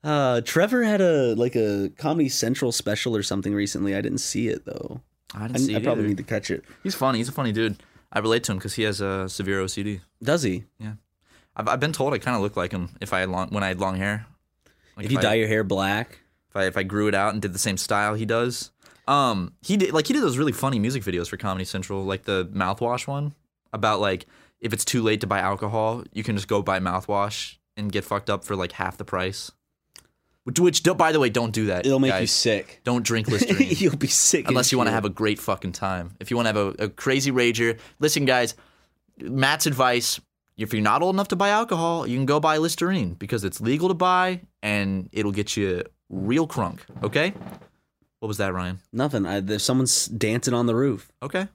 Speaker 2: Uh, Trevor had a like a Comedy Central special or something recently. I didn't see it though.
Speaker 1: I
Speaker 2: I,
Speaker 1: didn't see
Speaker 2: I
Speaker 1: it
Speaker 2: probably
Speaker 1: either.
Speaker 2: need to catch it.
Speaker 1: He's funny. He's a funny dude. I relate to him because he has a uh, severe OCD.
Speaker 2: Does he?
Speaker 1: I've, I've been told I kind of look like him if I had long when I had long hair. Like
Speaker 2: if you
Speaker 1: I,
Speaker 2: dye your hair black,
Speaker 1: if I if I grew it out and did the same style he does. Um, he did like he did those really funny music videos for Comedy Central, like the mouthwash one about like if it's too late to buy alcohol, you can just go buy mouthwash and get fucked up for like half the price. Which, which don't- by the way, don't do that.
Speaker 2: it'll make you
Speaker 1: guys.
Speaker 2: sick.
Speaker 1: Don't drink Listerine.
Speaker 2: You'll be sick
Speaker 1: unless
Speaker 2: as
Speaker 1: you want to
Speaker 2: shit.
Speaker 1: have a great fucking time. If you want to have a, a crazy rager, listen, guys. Matt's advice: if you're not old enough to buy alcohol, you can go buy Listerine because it's legal to buy and it'll get you real crunk. Okay. What was that, Ryan?
Speaker 2: nothing. I, there's someone's dancing on the roof.
Speaker 1: Okay.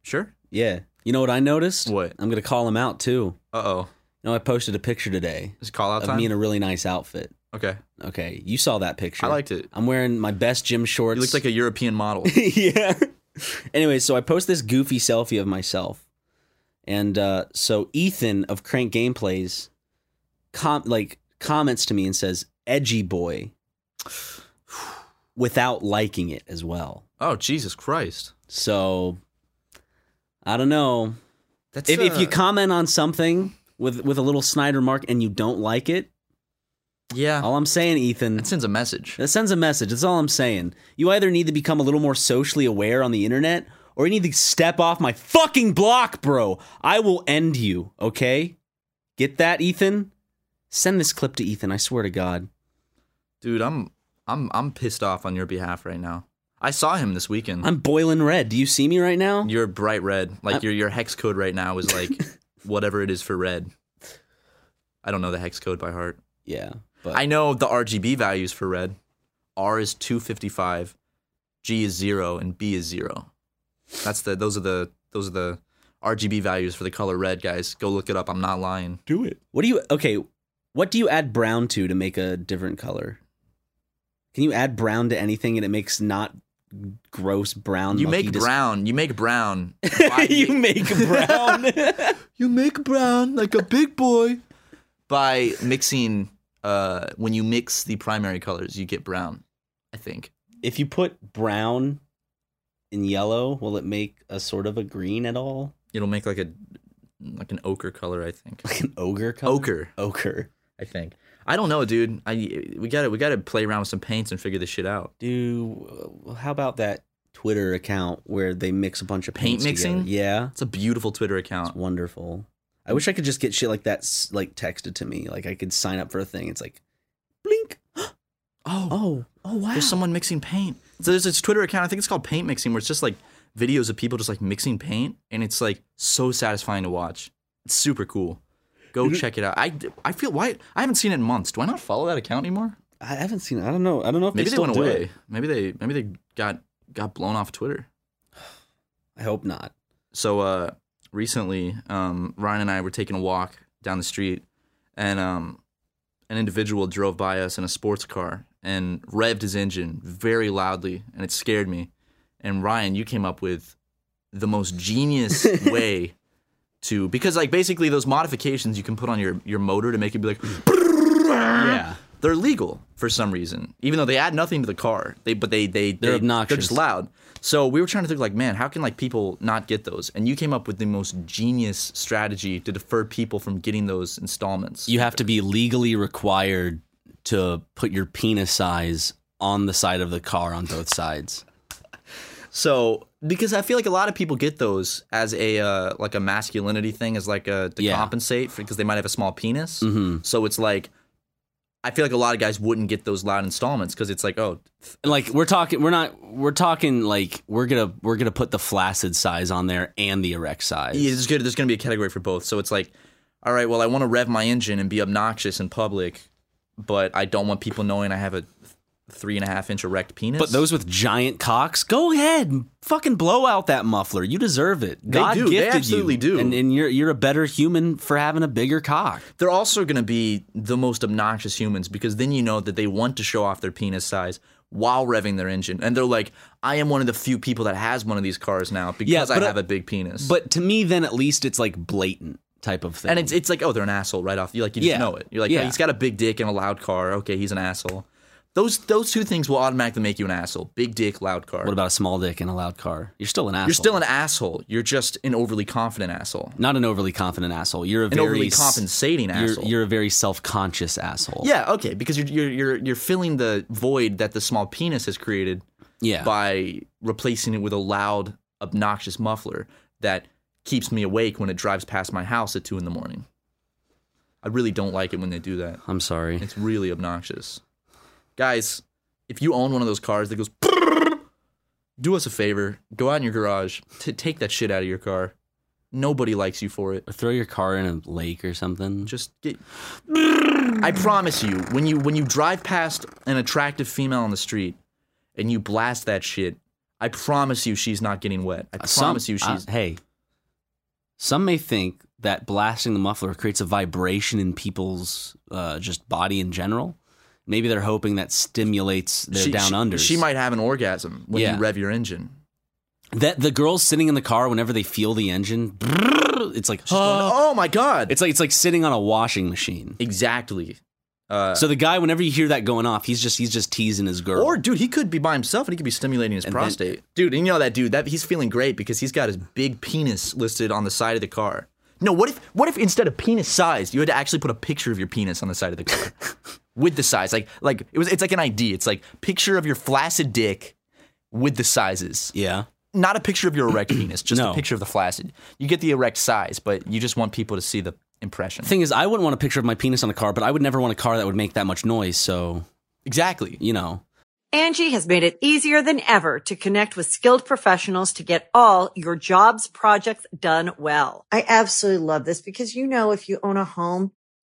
Speaker 1: Sure.
Speaker 2: Yeah. You know what I noticed?
Speaker 1: What?
Speaker 2: I'm gonna call him out too.
Speaker 1: Uh oh.
Speaker 2: You know, I posted a picture today
Speaker 1: Is it call out
Speaker 2: of
Speaker 1: time?
Speaker 2: me in a really nice outfit.
Speaker 1: okay.
Speaker 2: Okay, you saw that picture.
Speaker 1: I liked it.
Speaker 2: I'm wearing my best gym shorts.
Speaker 1: You looked like a European model.
Speaker 2: yeah. Anyway, so I post this goofy selfie of myself, and uh, so Ethan of Crank Gameplays, com- like comments to me and says "edgy boy," without liking it as well.
Speaker 1: oh Jesus Christ.
Speaker 2: So I don't know
Speaker 1: That's uh,
Speaker 2: if, if you
Speaker 1: come.
Speaker 2: comment on something with with a little snide remark and you don't like it.
Speaker 1: yeah,
Speaker 2: All I'm saying, Ethan,
Speaker 1: that sends a message.
Speaker 2: that sends a message. That's all I'm saying. You either need to become a little more socially aware on the internet or you need to step off my fucking block, bro. I will end you, okay? Get that, Ethan? Send this clip to Ethan, I swear to God.
Speaker 1: Dude, I'm I'm I'm pissed off on your behalf right now. I saw him this weekend.
Speaker 2: I'm boiling red. Do you see me right now?
Speaker 1: You're bright red. Like
Speaker 2: I'm-
Speaker 1: your your hex code right now is like whatever it is for red. I don't know the hex code by heart.
Speaker 2: Yeah. But
Speaker 1: I know the RGB values for red. R is 255, G is 0 and B is 0. That's the those are the those are the RGB values for the color red, guys. Go look it up. I'm not lying.
Speaker 2: do it. What do you Okay, what do you add brown to to make a different color? Can you add brown to anything and it makes not gross brown?
Speaker 1: You
Speaker 2: mucky
Speaker 1: make
Speaker 2: dis-
Speaker 1: brown, you make brown.
Speaker 2: you make brown.
Speaker 1: you make brown like a big boy by mixing uh when you mix the primary colors, you get brown, I think.
Speaker 2: if you put brown and yellow, will it make a sort of a green at all?
Speaker 1: It'll make like a like an ochre color, I think.
Speaker 2: Like an ogre color?
Speaker 1: Ochre,
Speaker 2: Ochre.
Speaker 1: I think. I don't know, dude. I we got to we got to play around with some paints and figure this shit out.
Speaker 2: Do uh, how about that Twitter account where they mix a bunch of
Speaker 1: Paint
Speaker 2: paints together?
Speaker 1: mixing?
Speaker 2: Yeah,
Speaker 1: It's a beautiful Twitter account.
Speaker 2: it's wonderful. I wish I could just get shit like that s- like texted to me. Like I could sign up for a thing. It's like blink.
Speaker 1: Oh,
Speaker 2: Oh, oh wow.
Speaker 1: there's someone mixing paint. So there's this Twitter account. I think it's called Paint Mixing, where it's just like videos of people just like mixing paint, and it's like so satisfying to watch. It's super cool. Go check it out. I I feel why I haven't seen it in months. Do I not follow that account anymore?
Speaker 2: I haven't seen. it. I don't know. I don't know if
Speaker 1: Maybe
Speaker 2: they
Speaker 1: they
Speaker 2: still
Speaker 1: went
Speaker 2: do
Speaker 1: away.
Speaker 2: it.
Speaker 1: Maybe they maybe they got got blown off Twitter.
Speaker 2: I hope not.
Speaker 1: so uh recently um ryan and i were taking a walk down the street and um an individual drove by us in a sports car and revved his engine very loudly and it scared me and ryan you came up with the most genius way to because like basically those modifications you can put on your your motor to make it be like Ah.
Speaker 2: Yeah.
Speaker 1: they're legal for some reason, even though they add nothing to the car. They but they they
Speaker 2: They're
Speaker 1: they,
Speaker 2: obnoxious.
Speaker 1: They're just loud. So we were trying to think like, man, how can like people not get those? And you came up with the most genius strategy to defer people from getting those installments.
Speaker 2: you have to be legally required to put your penis size on the side of the car on both sides.
Speaker 1: so because I feel like a lot of people get those as a uh, like a masculinity thing, as like a to
Speaker 2: Yeah.
Speaker 1: compensate for because they might have a small penis.
Speaker 2: Mm-hmm.
Speaker 1: So it's like I feel like a lot of guys wouldn't get those loud installments because it's like oh
Speaker 2: like we're talking we're not we're talking like we're gonna we're gonna put the flaccid size on there and the erect size
Speaker 1: yeah, there's good there's gonna be a category for both. So it's like all right, well I want to rev my engine and be obnoxious in public, but I don't want people knowing I have a three and a half inch erect penis.
Speaker 2: but those with giant cocks go ahead fucking blow out that muffler you deserve it god
Speaker 1: do. They
Speaker 2: gifted
Speaker 1: absolutely
Speaker 2: you
Speaker 1: do.
Speaker 2: and, and you're you're a better human for having a bigger cock
Speaker 1: they're also going to be the most obnoxious humans because then you know that they want to show off their penis size while revving their engine and they're like i am one of the few people that has one of these cars now because i
Speaker 2: but, uh,
Speaker 1: have a big penis
Speaker 2: but to me then at least it's like blatant type of thing
Speaker 1: and it's, it's like oh they're an asshole right off you like you just
Speaker 2: Yeah.
Speaker 1: know it you're like
Speaker 2: Yeah.
Speaker 1: he's got a big dick and a loud car okay he's an asshole those those two things will automatically make you an asshole big dick loud car
Speaker 2: what about a small dick in a loud car you're still an asshole
Speaker 1: you're still an asshole you're just an overly confident asshole
Speaker 2: not an overly confident asshole you're a
Speaker 1: an
Speaker 2: very
Speaker 1: overly
Speaker 2: s-
Speaker 1: compensating
Speaker 2: you're,
Speaker 1: asshole
Speaker 2: you're a very self-conscious asshole
Speaker 1: yeah okay because you're, you're you're you're filling the void that the small penis has created
Speaker 2: yeah
Speaker 1: by replacing it with a loud, obnoxious muffler that keeps me awake when it drives past my house at two in the morning. I really don't like it when they do that.
Speaker 2: i'm sorry
Speaker 1: It's really obnoxious. Guys, if you own one of those cars that goes, do us a favor, go out in your garage, t- take that shit out of your car. Nobody likes you for it.
Speaker 2: or throw your car in a lake or something
Speaker 1: Just get. I promise you, when you when you drive past an attractive female on the street and you blast that shit, I promise you she's not getting wet. I promise you
Speaker 2: uh,
Speaker 1: she's.
Speaker 2: hey, some may think that blasting the muffler creates a vibration in people's uh, just body in general. Maybe they're hoping that stimulates their
Speaker 1: she,
Speaker 2: down
Speaker 1: she-
Speaker 2: under.
Speaker 1: She might have an orgasm when
Speaker 2: Yeah.
Speaker 1: you rev your engine.
Speaker 2: that the girls sitting in the car whenever they feel the engine, it's like
Speaker 1: She's going, oh my god!
Speaker 2: it's like it's like sitting on a washing machine.
Speaker 1: exactly. Uh,
Speaker 2: So the guy, whenever you hear that going off, he's just he's just teasing his girl.
Speaker 1: or dude, he could be by himself and he could be stimulating his
Speaker 2: And then-
Speaker 1: prostate. dude, and you know that dude that he's feeling great because he's got his big penis listed on the side of the car. No, what if what if instead of penis size, you had to actually put a picture of your penis on the side of the car with the size, like like it was it's like an ID. It's like picture of your flaccid dick with the sizes,
Speaker 2: yeah,
Speaker 1: not a picture of your erect penis, just
Speaker 2: No.
Speaker 1: a picture of the flaccid. You get the erect size, but you just want people to see the impression.
Speaker 2: thing is, I wouldn't want a picture of my penis on a car, but I would never want a car that would make that much noise. So
Speaker 1: exactly.
Speaker 2: you know,
Speaker 3: Angie has made it easier than ever to connect with skilled professionals to get all your jobs projects done well. I absolutely love this because, you know, if you own a home,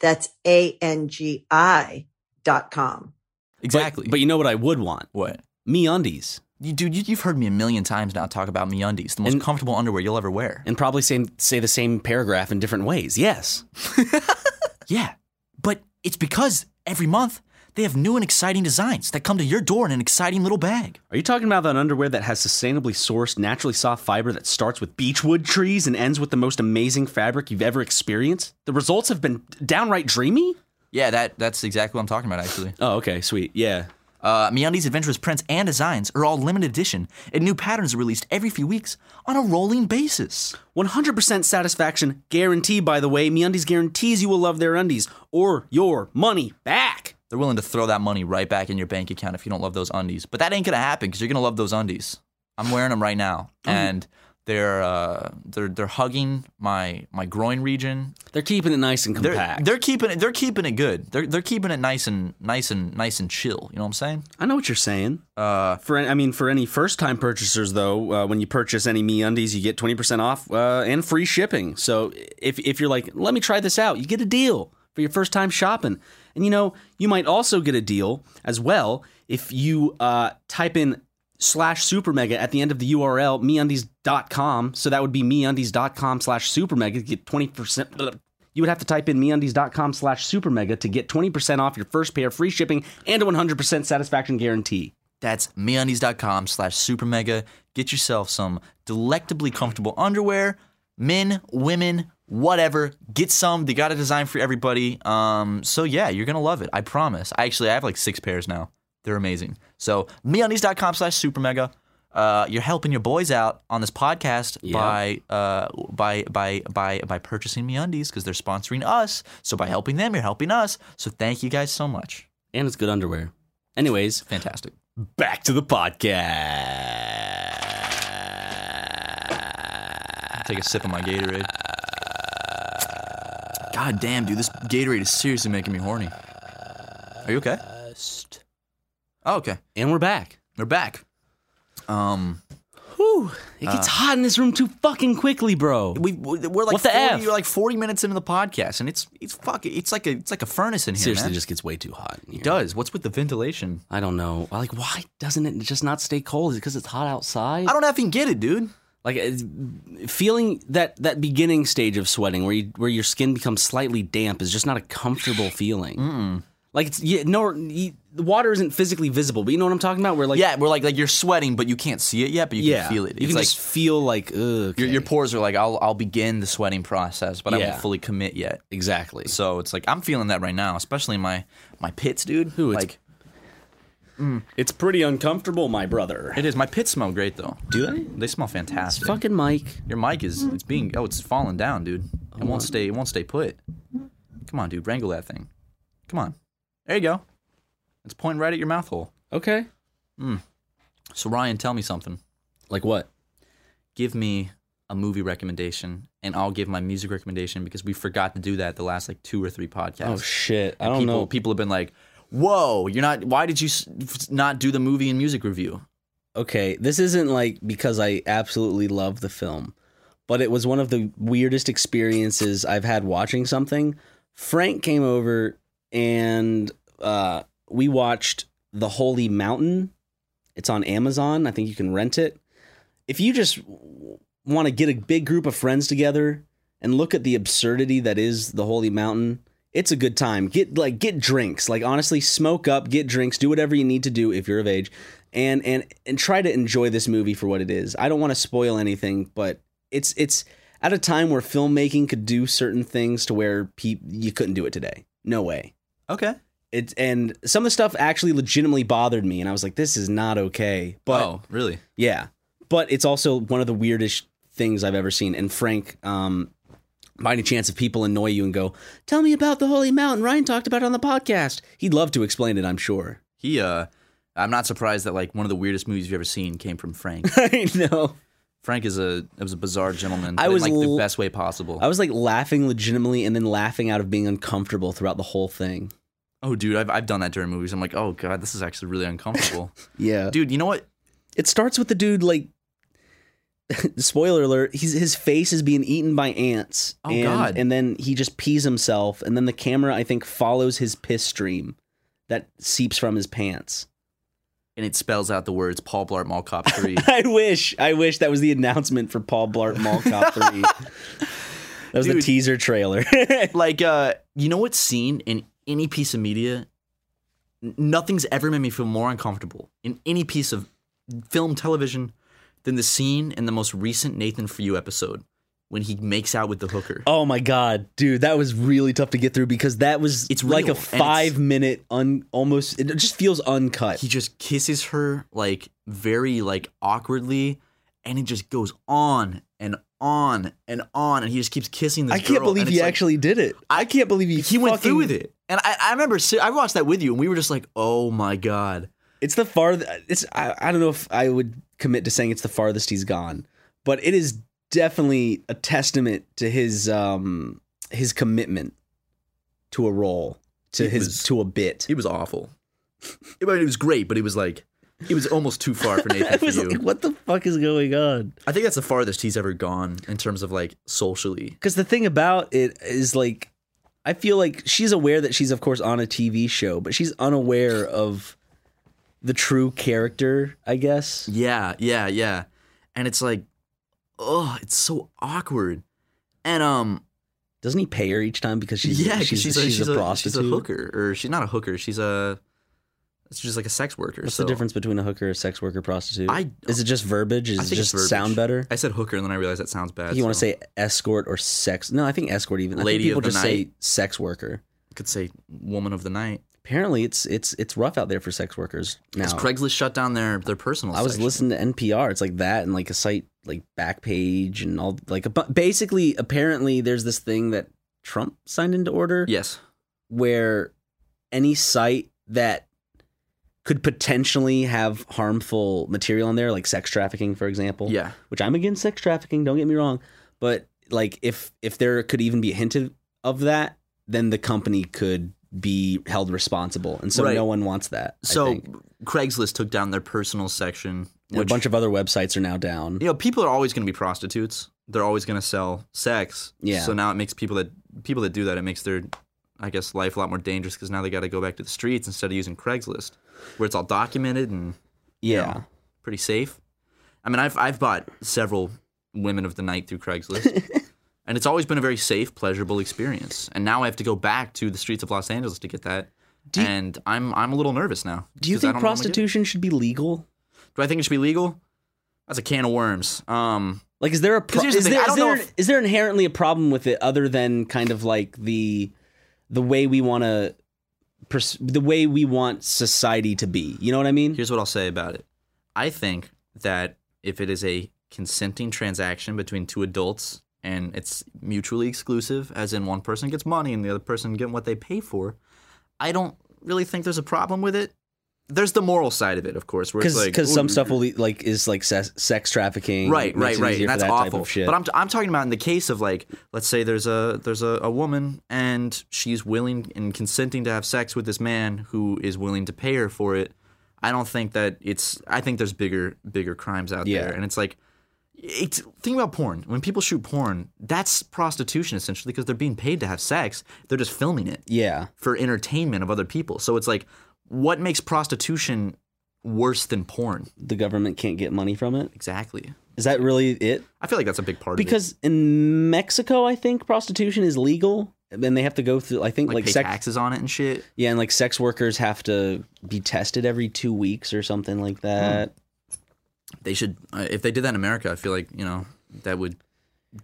Speaker 3: That's A-N-G-I dot com.
Speaker 1: Exactly.
Speaker 2: But, but you know what I would want?
Speaker 1: what?
Speaker 2: Me undies.
Speaker 1: You, dude, you, you've heard me a million times now talk about MeUndies, the most
Speaker 2: And-
Speaker 1: comfortable underwear you'll ever wear.
Speaker 2: and probably say, say the same paragraph in different ways. Yes.
Speaker 1: Yeah, but it's because every month they have new and exciting designs that come to your door in an exciting little bag.
Speaker 2: Are you talking about that underwear that has sustainably sourced, naturally soft fiber that starts with beechwood trees and ends with the most amazing fabric you've ever experienced? The results have been downright dreamy?
Speaker 1: Yeah, that that's exactly what I'm talking about, actually.
Speaker 2: Oh, okay, sweet. Yeah.
Speaker 1: Uh, MeUndies adventurous prints and designs are all limited edition, and new patterns are released every few weeks on a rolling basis.
Speaker 2: 100% satisfaction guarantee, by the way. MeUndies guarantees you will love their undies or your money back.
Speaker 1: They're willing to throw that money right back in your bank Mm-hmm. account if you don't love those undies. But that ain't gonna happen because you're gonna love those undies. I'm wearing them right now, and They're uh, they're they're hugging my my groin region.
Speaker 2: They're keeping it nice and
Speaker 1: They're
Speaker 2: compact.
Speaker 1: they're keeping it they're keeping it good. They're they're keeping it nice and nice and nice and chill. You know what I'm saying?
Speaker 2: I know what you're saying.
Speaker 1: Uh,
Speaker 2: For an- I mean, for any first time purchasers though, uh, when you purchase any Me Undies, you get twenty percent off uh, and free shipping. So if if you're like, let me try this out, you get a deal for your first time shopping. And you know, you might also get a deal as well if you uh, type in slash super mega at the end of the URL meundies.com. So that would be meundies.com slash super mega to get twenty percent. You would have to type in meundies.com slash super mega to get 20% off your first pair, free shipping, and a 100% satisfaction guarantee.
Speaker 1: That's meundies.com slash super mega. Get yourself some delectably comfortable underwear. Men, women, whatever. Get some. They got a design for everybody. Um, so yeah, you're gonna love it. I promise. I actually I have like six pairs now. They're amazing. So meundies.com slash super mega. Uh, you're helping your boys out on this podcast by uh, by by by by purchasing MeUndies because they're sponsoring us. So by helping them, you're helping us. So thank you guys so much.
Speaker 2: And it's good underwear. Anyways,
Speaker 1: Fantastic.
Speaker 2: back to the podcast.
Speaker 1: Take a sip of my Gatorade. God damn, dude, this Gatorade is seriously making me horny. Are you okay? Oh, okay.
Speaker 2: And we're back.
Speaker 1: We're back. Um,
Speaker 2: Whew. It gets hot in this room too fucking quickly, bro.
Speaker 1: Uh. we we're like
Speaker 2: What the
Speaker 1: 40,
Speaker 2: F?
Speaker 1: we're like forty minutes into the podcast, and it's it's fuck it's like a it's like a furnace in here.
Speaker 2: Seriously,
Speaker 1: man.
Speaker 2: it just gets way too hot. in here.
Speaker 1: it does. What's with the ventilation?
Speaker 2: I don't know. Like, why doesn't it just not stay cold? Is it because it's hot outside?
Speaker 1: I don't effing get it, dude.
Speaker 2: like it's- feeling that that beginning stage of sweating where you where your skin becomes slightly damp is just not a comfortable feeling. Like it's you, no you, the water isn't physically visible, but you know what I'm talking about. Where like
Speaker 1: yeah, we're like like you're sweating, but you can't see it yet, but you can feel it. it's
Speaker 2: You can
Speaker 1: like
Speaker 2: just feel like ugh,
Speaker 1: your, your
Speaker 2: okay.
Speaker 1: pores are like I'll I'll begin the sweating process, but I
Speaker 2: Yeah.
Speaker 1: won't fully commit yet.
Speaker 2: exactly.
Speaker 1: So it's like I'm feeling that right now, especially my my pits, dude.
Speaker 2: Ooh, it's-
Speaker 1: like
Speaker 2: It's pretty uncomfortable, my brother.
Speaker 1: it is. My pits smell great though.
Speaker 2: Do they?
Speaker 1: They smell fantastic.
Speaker 2: Fucking Mike.
Speaker 1: Your mic is it's being oh it's falling down, dude. It won't stay it won't stay put. Come on, dude, wrangle that thing. Come on. There you go. It's pointing right at your mouth hole.
Speaker 2: Okay.
Speaker 1: So Ryan, tell me something.
Speaker 2: Like what?
Speaker 1: Give me a movie recommendation and I'll give my music recommendation because we forgot to do that the last like two or three podcasts.
Speaker 2: Oh shit! I don't
Speaker 1: people,
Speaker 2: know.
Speaker 1: People have been like, "Whoa, you're not. Why did you s- f- not do the movie and music review?"
Speaker 2: okay, this isn't like because I absolutely love the film, but it was one of the weirdest experiences I've had watching something. Frank came over and uh, we watched The Holy Mountain. It's on Amazon. I think you can rent it. If you just want to get a big group of friends together and look at the absurdity that is The Holy Mountain, it's a good time. Get like get drinks. Like honestly, smoke up, get drinks, do whatever you need to do if you're of age, and and and try to enjoy this movie for what it is. I don't want to spoil anything, but it's it's at a time where filmmaking could do certain things to where peop you couldn't do it today. No way.
Speaker 1: Okay.
Speaker 2: It's and some of the stuff actually legitimately bothered me, and I was like, this is not okay. But
Speaker 1: oh, really?
Speaker 2: yeah. But it's also one of the weirdest things I've ever seen. And Frank, um, by any chance, if people annoy you and go, tell me about the Holy Mountain Ryan talked about it on the podcast, he'd love to explain it, I'm sure.
Speaker 1: He. uh I'm not surprised that like one of the weirdest movies you've ever seen came from Frank.
Speaker 2: I know.
Speaker 1: Frank is a it was a bizarre gentleman.
Speaker 2: I
Speaker 1: but in,
Speaker 2: was
Speaker 1: like the
Speaker 2: l-
Speaker 1: best way possible.
Speaker 2: I was like laughing legitimately and then laughing out of being uncomfortable throughout the whole thing.
Speaker 1: oh, dude, I've I've done that during movies. I'm like, oh god, this is actually really uncomfortable.
Speaker 2: Yeah.
Speaker 1: dude, you know what?
Speaker 2: It starts with the dude, like, spoiler alert, he's, his face is being eaten by ants.
Speaker 1: Oh,
Speaker 2: and,
Speaker 1: God.
Speaker 2: And then he just pees himself. And then the camera, I think, follows his piss stream that seeps from his pants.
Speaker 1: And it spells out the words Paul Blart Mall Cop Three.
Speaker 2: I wish. I wish that was the announcement for Paul Blart Mall Cop 3. that was the
Speaker 1: Dude.
Speaker 2: teaser trailer.
Speaker 1: like uh you know what scene in any piece of media N- nothing's ever made me feel more uncomfortable in any piece of film television than the scene in the most recent nathan for you episode when he makes out with the hooker
Speaker 2: oh my god, dude, that was really tough to get through because that was
Speaker 1: It's
Speaker 2: it's like
Speaker 1: real,
Speaker 2: a
Speaker 1: and it's-
Speaker 2: 5 minute un almost it just feels uncut.
Speaker 1: he just kisses her like very like awkwardly and it just goes on and on and on and he just keeps kissing this
Speaker 2: I
Speaker 1: girl,
Speaker 2: can't
Speaker 1: and
Speaker 2: believe
Speaker 1: it's
Speaker 2: he
Speaker 1: like-
Speaker 2: actually did it. I can't believe he
Speaker 1: he went through
Speaker 2: fucking-
Speaker 1: with it and i, I remember si- i watched that with you and we were just like oh my god
Speaker 2: It's the farthest. It's I, I don't know if I would commit to saying it's the farthest he's gone, but it is definitely a testament to his um his commitment to a role, to
Speaker 1: It
Speaker 2: his
Speaker 1: was-
Speaker 2: to a bit.
Speaker 1: It was awful. I mean, it was great, but it was like it was almost too far for
Speaker 2: I
Speaker 1: Nathan for
Speaker 2: was
Speaker 1: you.
Speaker 2: like, what the fuck is going on?
Speaker 1: I think that's the farthest he's ever gone in terms of like socially.
Speaker 2: Because the thing about it is like, I feel like she's aware that she's of course on a TV show, but she's unaware of the true character, I guess.
Speaker 1: Yeah, yeah, yeah. And it's like, oh, it's so awkward. And um,
Speaker 2: Doesn't he pay her each time because she's
Speaker 1: yeah, 'cause
Speaker 2: she's, she's, a, prostitute?
Speaker 1: she's a hooker, or she's not a hooker. She's a, it's just like a sex worker.
Speaker 2: What's
Speaker 1: so-
Speaker 2: the difference between a hooker, a sex worker, prostitute?
Speaker 1: I-
Speaker 2: is it just verbiage? Is
Speaker 1: I
Speaker 2: it
Speaker 1: think it's
Speaker 2: just sound
Speaker 1: verbiage.
Speaker 2: better?
Speaker 1: I said hooker, and then I realized that sounds bad.
Speaker 2: you want to
Speaker 1: so
Speaker 2: say escort or sex? No, I think escort even. I think
Speaker 1: Lady of
Speaker 2: people
Speaker 1: the
Speaker 2: just say
Speaker 1: night.
Speaker 2: sex worker.
Speaker 1: I could say woman of the night.
Speaker 2: Apparently, it's it's it's rough out there for sex workers now.
Speaker 1: Because Craigslist shut down their their personal.
Speaker 2: I was
Speaker 1: section.
Speaker 2: listening to NPR. It's like that and like a site like Backpage and all like a, bu- basically apparently there's this thing that Trump signed into order
Speaker 1: Yes.
Speaker 2: where any site that could potentially have harmful material on there like sex trafficking for example.
Speaker 1: Yeah.
Speaker 2: Which I'm against sex trafficking, don't get me wrong, but like if if there could even be a hint of, of that, then the company could be held responsible. And so
Speaker 1: Right.
Speaker 2: no one wants that. I
Speaker 1: So
Speaker 2: think.
Speaker 1: Craigslist took down their personal section,
Speaker 2: And a
Speaker 1: which
Speaker 2: bunch of other websites are now down.
Speaker 1: you know people are always going to be prostitutes. They're always going to sell sex.
Speaker 2: Yeah.
Speaker 1: So now it makes people that people that do that it makes their, I guess, life a lot more dangerous because now they got to go back to the streets instead of using Craigslist, where it's all documented and
Speaker 2: Yeah.
Speaker 1: know, pretty safe. I mean, I've I've bought several women of the night through Craigslist, and it's always been a very safe, pleasurable experience. And now I have to go back to the streets of Los Angeles to get that,
Speaker 2: Do you-
Speaker 1: and I'm I'm a little nervous now.
Speaker 2: Do you
Speaker 1: 'cause I don't know
Speaker 2: think
Speaker 1: what I'm gonna do.
Speaker 2: prostitution should be legal?
Speaker 1: Do I think it should be legal? That's a can of worms. Um,
Speaker 2: Like, is there a
Speaker 1: 'Cause
Speaker 2: pro-
Speaker 1: here's the
Speaker 2: is,
Speaker 1: thing, I
Speaker 2: there, is,
Speaker 1: don't know
Speaker 2: there,
Speaker 1: if-
Speaker 2: is there inherently a problem with it other than kind of like the the way we want to pers- the way we want society to be? You know what I mean?
Speaker 1: here's what I'll say about it. I think that if it is a consenting transaction between two adults and it's mutually exclusive, as in one person gets money and the other person getting what they pay for, I don't really think there's a problem with it. There's the moral side of it, of course, where it's
Speaker 2: Because
Speaker 1: like ooh,
Speaker 2: some stuff will be- like is like se- sex trafficking,
Speaker 1: right,
Speaker 2: It
Speaker 1: right,
Speaker 2: makes it
Speaker 1: right,
Speaker 2: easier
Speaker 1: and
Speaker 2: for
Speaker 1: that's
Speaker 2: that
Speaker 1: awful.
Speaker 2: Type of shit.
Speaker 1: But I'm I'm talking about in the case of like, let's say there's a there's a, a woman and she's willing and consenting to have sex with this man who is willing to pay her for it. I don't think that it's. I think there's bigger bigger crimes out
Speaker 2: Yeah.
Speaker 1: there, and it's like. It's, think about porn. When people shoot porn, that's prostitution essentially because they're being paid to have sex. They're just filming it
Speaker 2: yeah,
Speaker 1: for entertainment of other people. So it's like, what makes prostitution worse than porn?
Speaker 2: the government can't get money from it.
Speaker 1: Exactly.
Speaker 2: Is that really it?
Speaker 1: I feel like that's a big part of it.
Speaker 2: Because in Mexico, I think prostitution is legal, and then they have to go through. I think
Speaker 1: like,
Speaker 2: like,
Speaker 1: pay
Speaker 2: sex
Speaker 1: taxes on it and shit.
Speaker 2: Yeah, and like sex workers have to be tested every two weeks or something like
Speaker 1: Hmm.
Speaker 2: that.
Speaker 1: They should, uh, if they did that in America, I feel like you know that would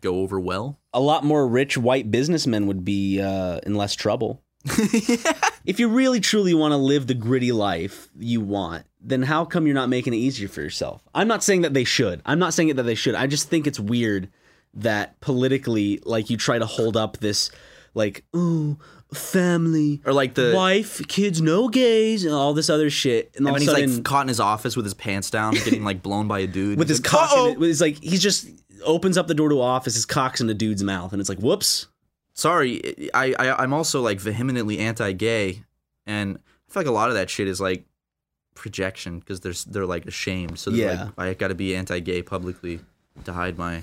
Speaker 1: go over well.
Speaker 2: A lot more rich white businessmen would be uh, in less trouble. If you really truly want to live the gritty life you want, then how come you're not making it easier for yourself? I'm not saying that they should. I'm not saying it that they should. I just think it's weird that politically, like, you try to hold up this, like, ooh, family,
Speaker 1: Or like the-
Speaker 2: wife, kids, no gays, and all this other shit. And,
Speaker 1: And then
Speaker 2: all of a
Speaker 1: he's
Speaker 2: sudden,
Speaker 1: like caught in his office with his pants down, getting like blown by a dude
Speaker 2: with
Speaker 1: He's
Speaker 2: his
Speaker 1: like, "Oh!"
Speaker 2: cock.
Speaker 1: "Uh-oh."
Speaker 2: In it, with his, like he's just opens up the door to office. His cock's in the dude's mouth, and it's like, whoops.
Speaker 1: Sorry, I, I I'm also like vehemently anti-gay, and I feel like a lot of that shit is like projection because they're s- they're like ashamed, so they're
Speaker 2: Yeah.
Speaker 1: like I got to be anti-gay publicly to hide my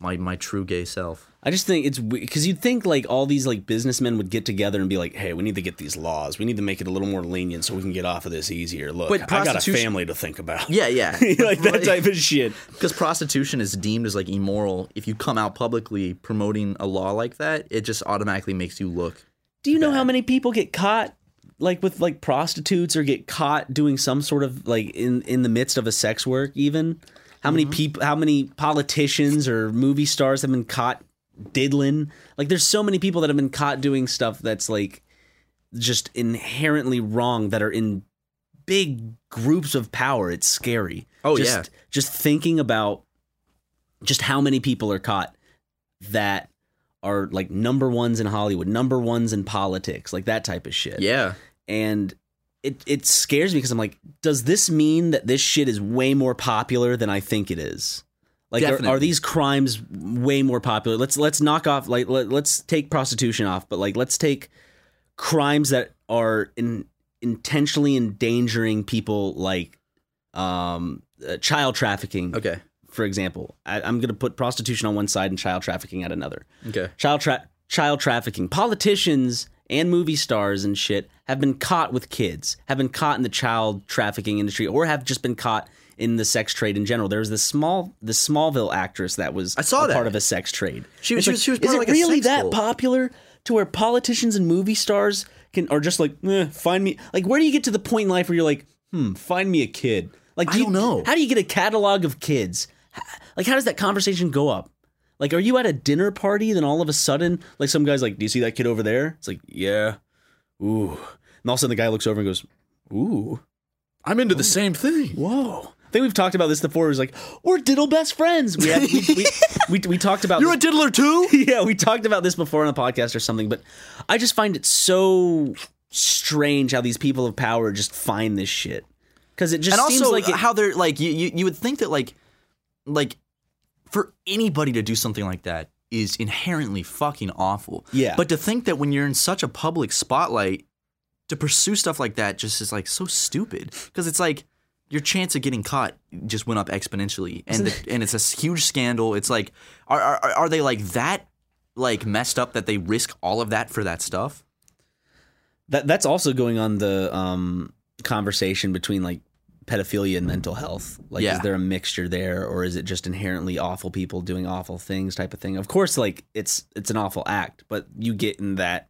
Speaker 1: my my true gay self.
Speaker 2: I just think it's because you'd think like all these like businessmen would get together and be like, hey, we need to get these laws. We need to make it a little more lenient so we can get off of this easier. Look,
Speaker 1: But
Speaker 2: I got a
Speaker 1: prostitution-
Speaker 2: family to think about.
Speaker 1: Yeah, yeah,
Speaker 2: like that type of shit.
Speaker 1: Because prostitution is deemed as like immoral. If you come out publicly promoting a law like that, it just automatically makes you look.
Speaker 2: Do you know how many people get caught like with like prostitutes or get caught doing some sort of like in in the midst of a sex work even? How
Speaker 1: Mm-hmm.
Speaker 2: many people how many politicians or movie stars have been caught diddling? Like there's so many people that have been caught doing stuff that's like just inherently wrong that are in big groups of power. It's scary.
Speaker 1: Oh,
Speaker 2: just,
Speaker 1: yeah.
Speaker 2: Just thinking about just how many people are caught that are like number ones in Hollywood, number ones in politics, like that type of shit.
Speaker 1: Yeah,
Speaker 2: And it it scares me because I'm like, does this mean that this shit is way more popular than I think it is? Like, are, are
Speaker 1: Definitely.
Speaker 2: these crimes way more popular? Let's let's knock off like let, let's take prostitution off, but like let's take crimes that are in, intentionally endangering people, like um, uh, child trafficking.
Speaker 1: Okay.
Speaker 2: for example, I, I'm going to put prostitution on one side and child trafficking at another.
Speaker 1: Okay.
Speaker 2: Child tra- child trafficking. Politicians and movie stars and shit have been caught with kids, have been caught in the child trafficking industry, or have just been caught in the sex trade in general. There was this small, the Smallville actress that was
Speaker 1: I saw
Speaker 2: a
Speaker 1: that.
Speaker 2: part of a sex trade.
Speaker 1: She-
Speaker 2: It's
Speaker 1: she was- she was part
Speaker 2: is
Speaker 1: of
Speaker 2: it
Speaker 1: like a
Speaker 2: really
Speaker 1: sex
Speaker 2: that
Speaker 1: cult."
Speaker 2: popular to where politicians and movie stars can are just like, eh, find me? Like, where do you get to the point in life where you're like, hmm, find me a kid? Like,
Speaker 1: I
Speaker 2: do you,
Speaker 1: don't know.
Speaker 2: How do you get a catalog of kids? H- Like, how does that conversation go up? Like, are you at a dinner party? Then all of a sudden, like some guy's like, "Do you see that kid over there?" It's like, "Yeah, ooh." And all of a sudden, the guy looks over and goes, "Ooh,
Speaker 1: I'm into the same thing.
Speaker 2: whoa." I think we've talked about this before. It was like, "We're diddle best friends." We had, we, we, we, we talked about
Speaker 1: You're a diddler too?
Speaker 2: yeah, we talked about this before on a podcast or something, but I just find it so strange how these people of power just find this shit because it just
Speaker 1: and
Speaker 2: seems
Speaker 1: also
Speaker 2: like it,
Speaker 1: how they're like you, you you would think that like like for anybody to do something like that is inherently fucking awful.
Speaker 2: Yeah.
Speaker 1: But to think that when you're in such a public spotlight to pursue stuff like that just is like so stupid because it's like your chance of getting caught just went up exponentially and the, and it's a huge scandal. It's like are, are are they like that like messed up that they risk all of that for that stuff?
Speaker 2: that that's also going on the um, conversation between like pedophilia and mental health. Like,
Speaker 1: Yeah.
Speaker 2: is there a mixture there, or is it just inherently awful people doing awful things type of thing? Of course, like it's it's an awful act, but you get in that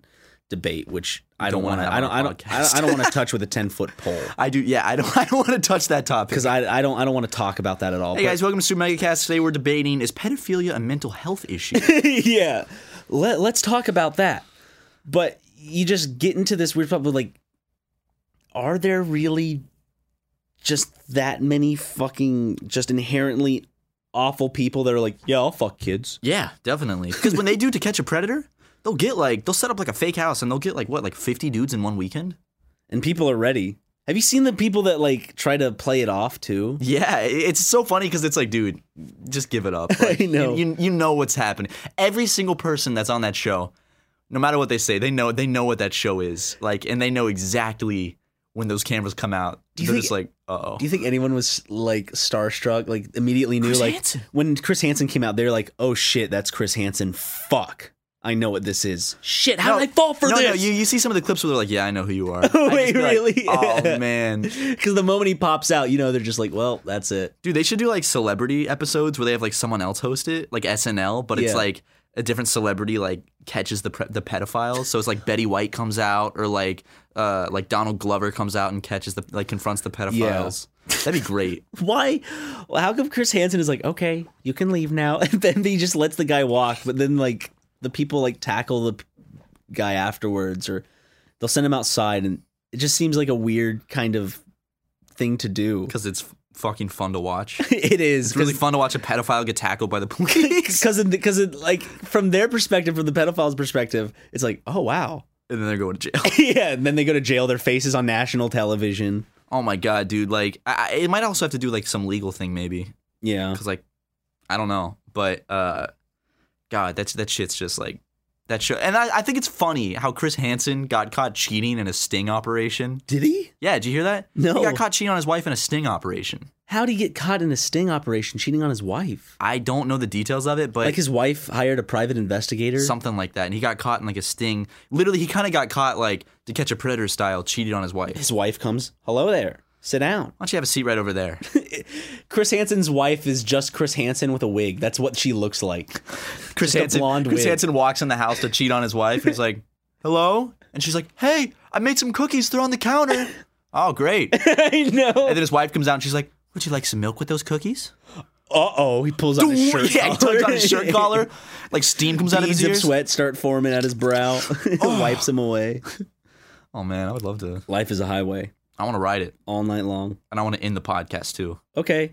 Speaker 2: debate, which I
Speaker 1: Don't
Speaker 2: don't want
Speaker 1: wanna
Speaker 2: to.
Speaker 1: have
Speaker 2: I
Speaker 1: on
Speaker 2: don't.
Speaker 1: a
Speaker 2: I don't. I
Speaker 1: podcast.
Speaker 2: don't, I don't want to touch with a ten foot pole.
Speaker 1: I do yeah, I don't I don't want to touch that topic.
Speaker 2: Because I, I don't I don't want to talk about that at all.
Speaker 1: Hey
Speaker 2: but-
Speaker 1: guys, welcome to Super Megacast. Today we're debating is pedophilia a mental health issue?
Speaker 2: yeah. Let, let's talk about that. But you just get into this weird problem like, are there really just that many fucking, just inherently awful people that are like, yeah, I'll fuck kids?
Speaker 1: yeah, definitely. Because when they do to catch a predator, they'll get like they'll set up like a fake house and they'll get like what like fifty dudes in one weekend.
Speaker 2: And people are ready. Have you seen the people that like try to play it off too?
Speaker 1: Yeah, i- it's so funny because it's like, dude, just give it up. Like,
Speaker 2: I
Speaker 1: you-
Speaker 2: know.
Speaker 1: You, you know what's happening. Every single person that's on that show, no matter what they say, they know they know what that show is like, and they know exactly when those cameras come out.
Speaker 2: Do you
Speaker 1: They're
Speaker 2: think-
Speaker 1: just like, uh oh.
Speaker 2: Do you think anyone was like starstruck, like immediately knew,
Speaker 1: Chris
Speaker 2: like
Speaker 1: Hansen.
Speaker 2: when Chris Hansen came out, they're like, "Oh shit, that's Chris Hansen. Fuck, I know what this is. Shit, how
Speaker 1: No,
Speaker 2: did I fall for
Speaker 1: no,
Speaker 2: this?"
Speaker 1: No, you, you see some of the clips where they're like, yeah, I know who you are. I'd just
Speaker 2: Wait,
Speaker 1: be like,
Speaker 2: really?
Speaker 1: oh, man.
Speaker 2: Because the moment he pops out, you know they're just like, well, that's it.
Speaker 1: Dude, they should do like celebrity episodes where they have like someone else host it, like SNL, but it's
Speaker 2: Yeah.
Speaker 1: like a different celebrity like catches the pre- the pedophile. So it's like Betty White comes out, or like uh like Donald Glover comes out and catches the like confronts the pedophiles. That'd be great.
Speaker 2: Why? Well, how come Chris Hansen is like, okay, you can leave now, and then he just lets the guy walk, but then like the people like tackle the p- guy afterwards, or they'll send him outside, and it just seems like a weird kind of thing to do.
Speaker 1: Because it's f- fucking fun to watch.
Speaker 2: It is
Speaker 1: It's really fun to watch a pedophile get tackled by the police.
Speaker 2: because because like from their perspective, from the pedophile's perspective, it's like, oh wow,
Speaker 1: and then they're going to jail.
Speaker 2: yeah, and then they go to jail. Their faces on national television.
Speaker 1: Oh my god, dude! Like, I, I- it might also have to do like some legal thing, maybe.
Speaker 2: Yeah,
Speaker 1: because like I don't know, but uh, God, that's that shit's just like that show. And I, I think it's funny how Chris Hansen got caught cheating in a sting operation.
Speaker 2: did he?
Speaker 1: Yeah, did you hear that? he
Speaker 2: No.
Speaker 1: got caught cheating on his wife in a sting operation.
Speaker 2: How would he get caught in a sting operation cheating on his wife?
Speaker 1: I don't know the details of it, but
Speaker 2: like his wife hired a private investigator.
Speaker 1: something like that. And he got caught in like a sting. Literally, he kind of got caught like to catch a predator style, cheated on his wife.
Speaker 2: his wife comes, "Hello there. Sit down."
Speaker 1: Why don't you have a seat right over there?
Speaker 2: Chris Hansen's wife is just Chris Hansen with a wig. That's what she looks like.
Speaker 1: Chris
Speaker 2: Just a
Speaker 1: Hansen.
Speaker 2: blonde
Speaker 1: Chris
Speaker 2: wig.
Speaker 1: Hansen walks in the house to cheat on his wife. He's like, "Hello," and she's like, "Hey, I made some cookies. They're on the counter." oh, great.
Speaker 2: I know.
Speaker 1: And then his wife comes out and she's like, Would you like some milk with those cookies?
Speaker 2: Uh-oh, he pulls out his shirt.
Speaker 1: yeah, he tugs on his
Speaker 2: collar.
Speaker 1: shirt collar. Like steam comes out of his
Speaker 2: Beads of
Speaker 1: ears.
Speaker 2: sweat start forming at his brow. Wipes him away.
Speaker 1: Oh man, I would love to.
Speaker 2: Life is a highway
Speaker 1: I want to ride it.
Speaker 2: all night long.
Speaker 1: And I want to end the podcast too.
Speaker 2: Okay.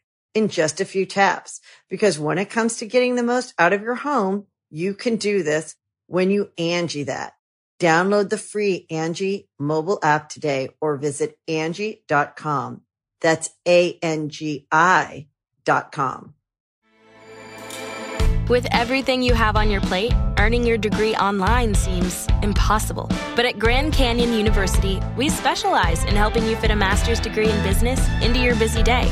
Speaker 3: in just a few taps. Because when it comes to getting the most out of your home, you can do this when you Angie that. Download the free Angie mobile app today or visit Angie.com. That's A-N-G-I dot com.
Speaker 4: With everything you have on your plate, earning your degree online seems impossible. But at Grand Canyon University, we specialize in helping you fit a master's degree in business into your busy day.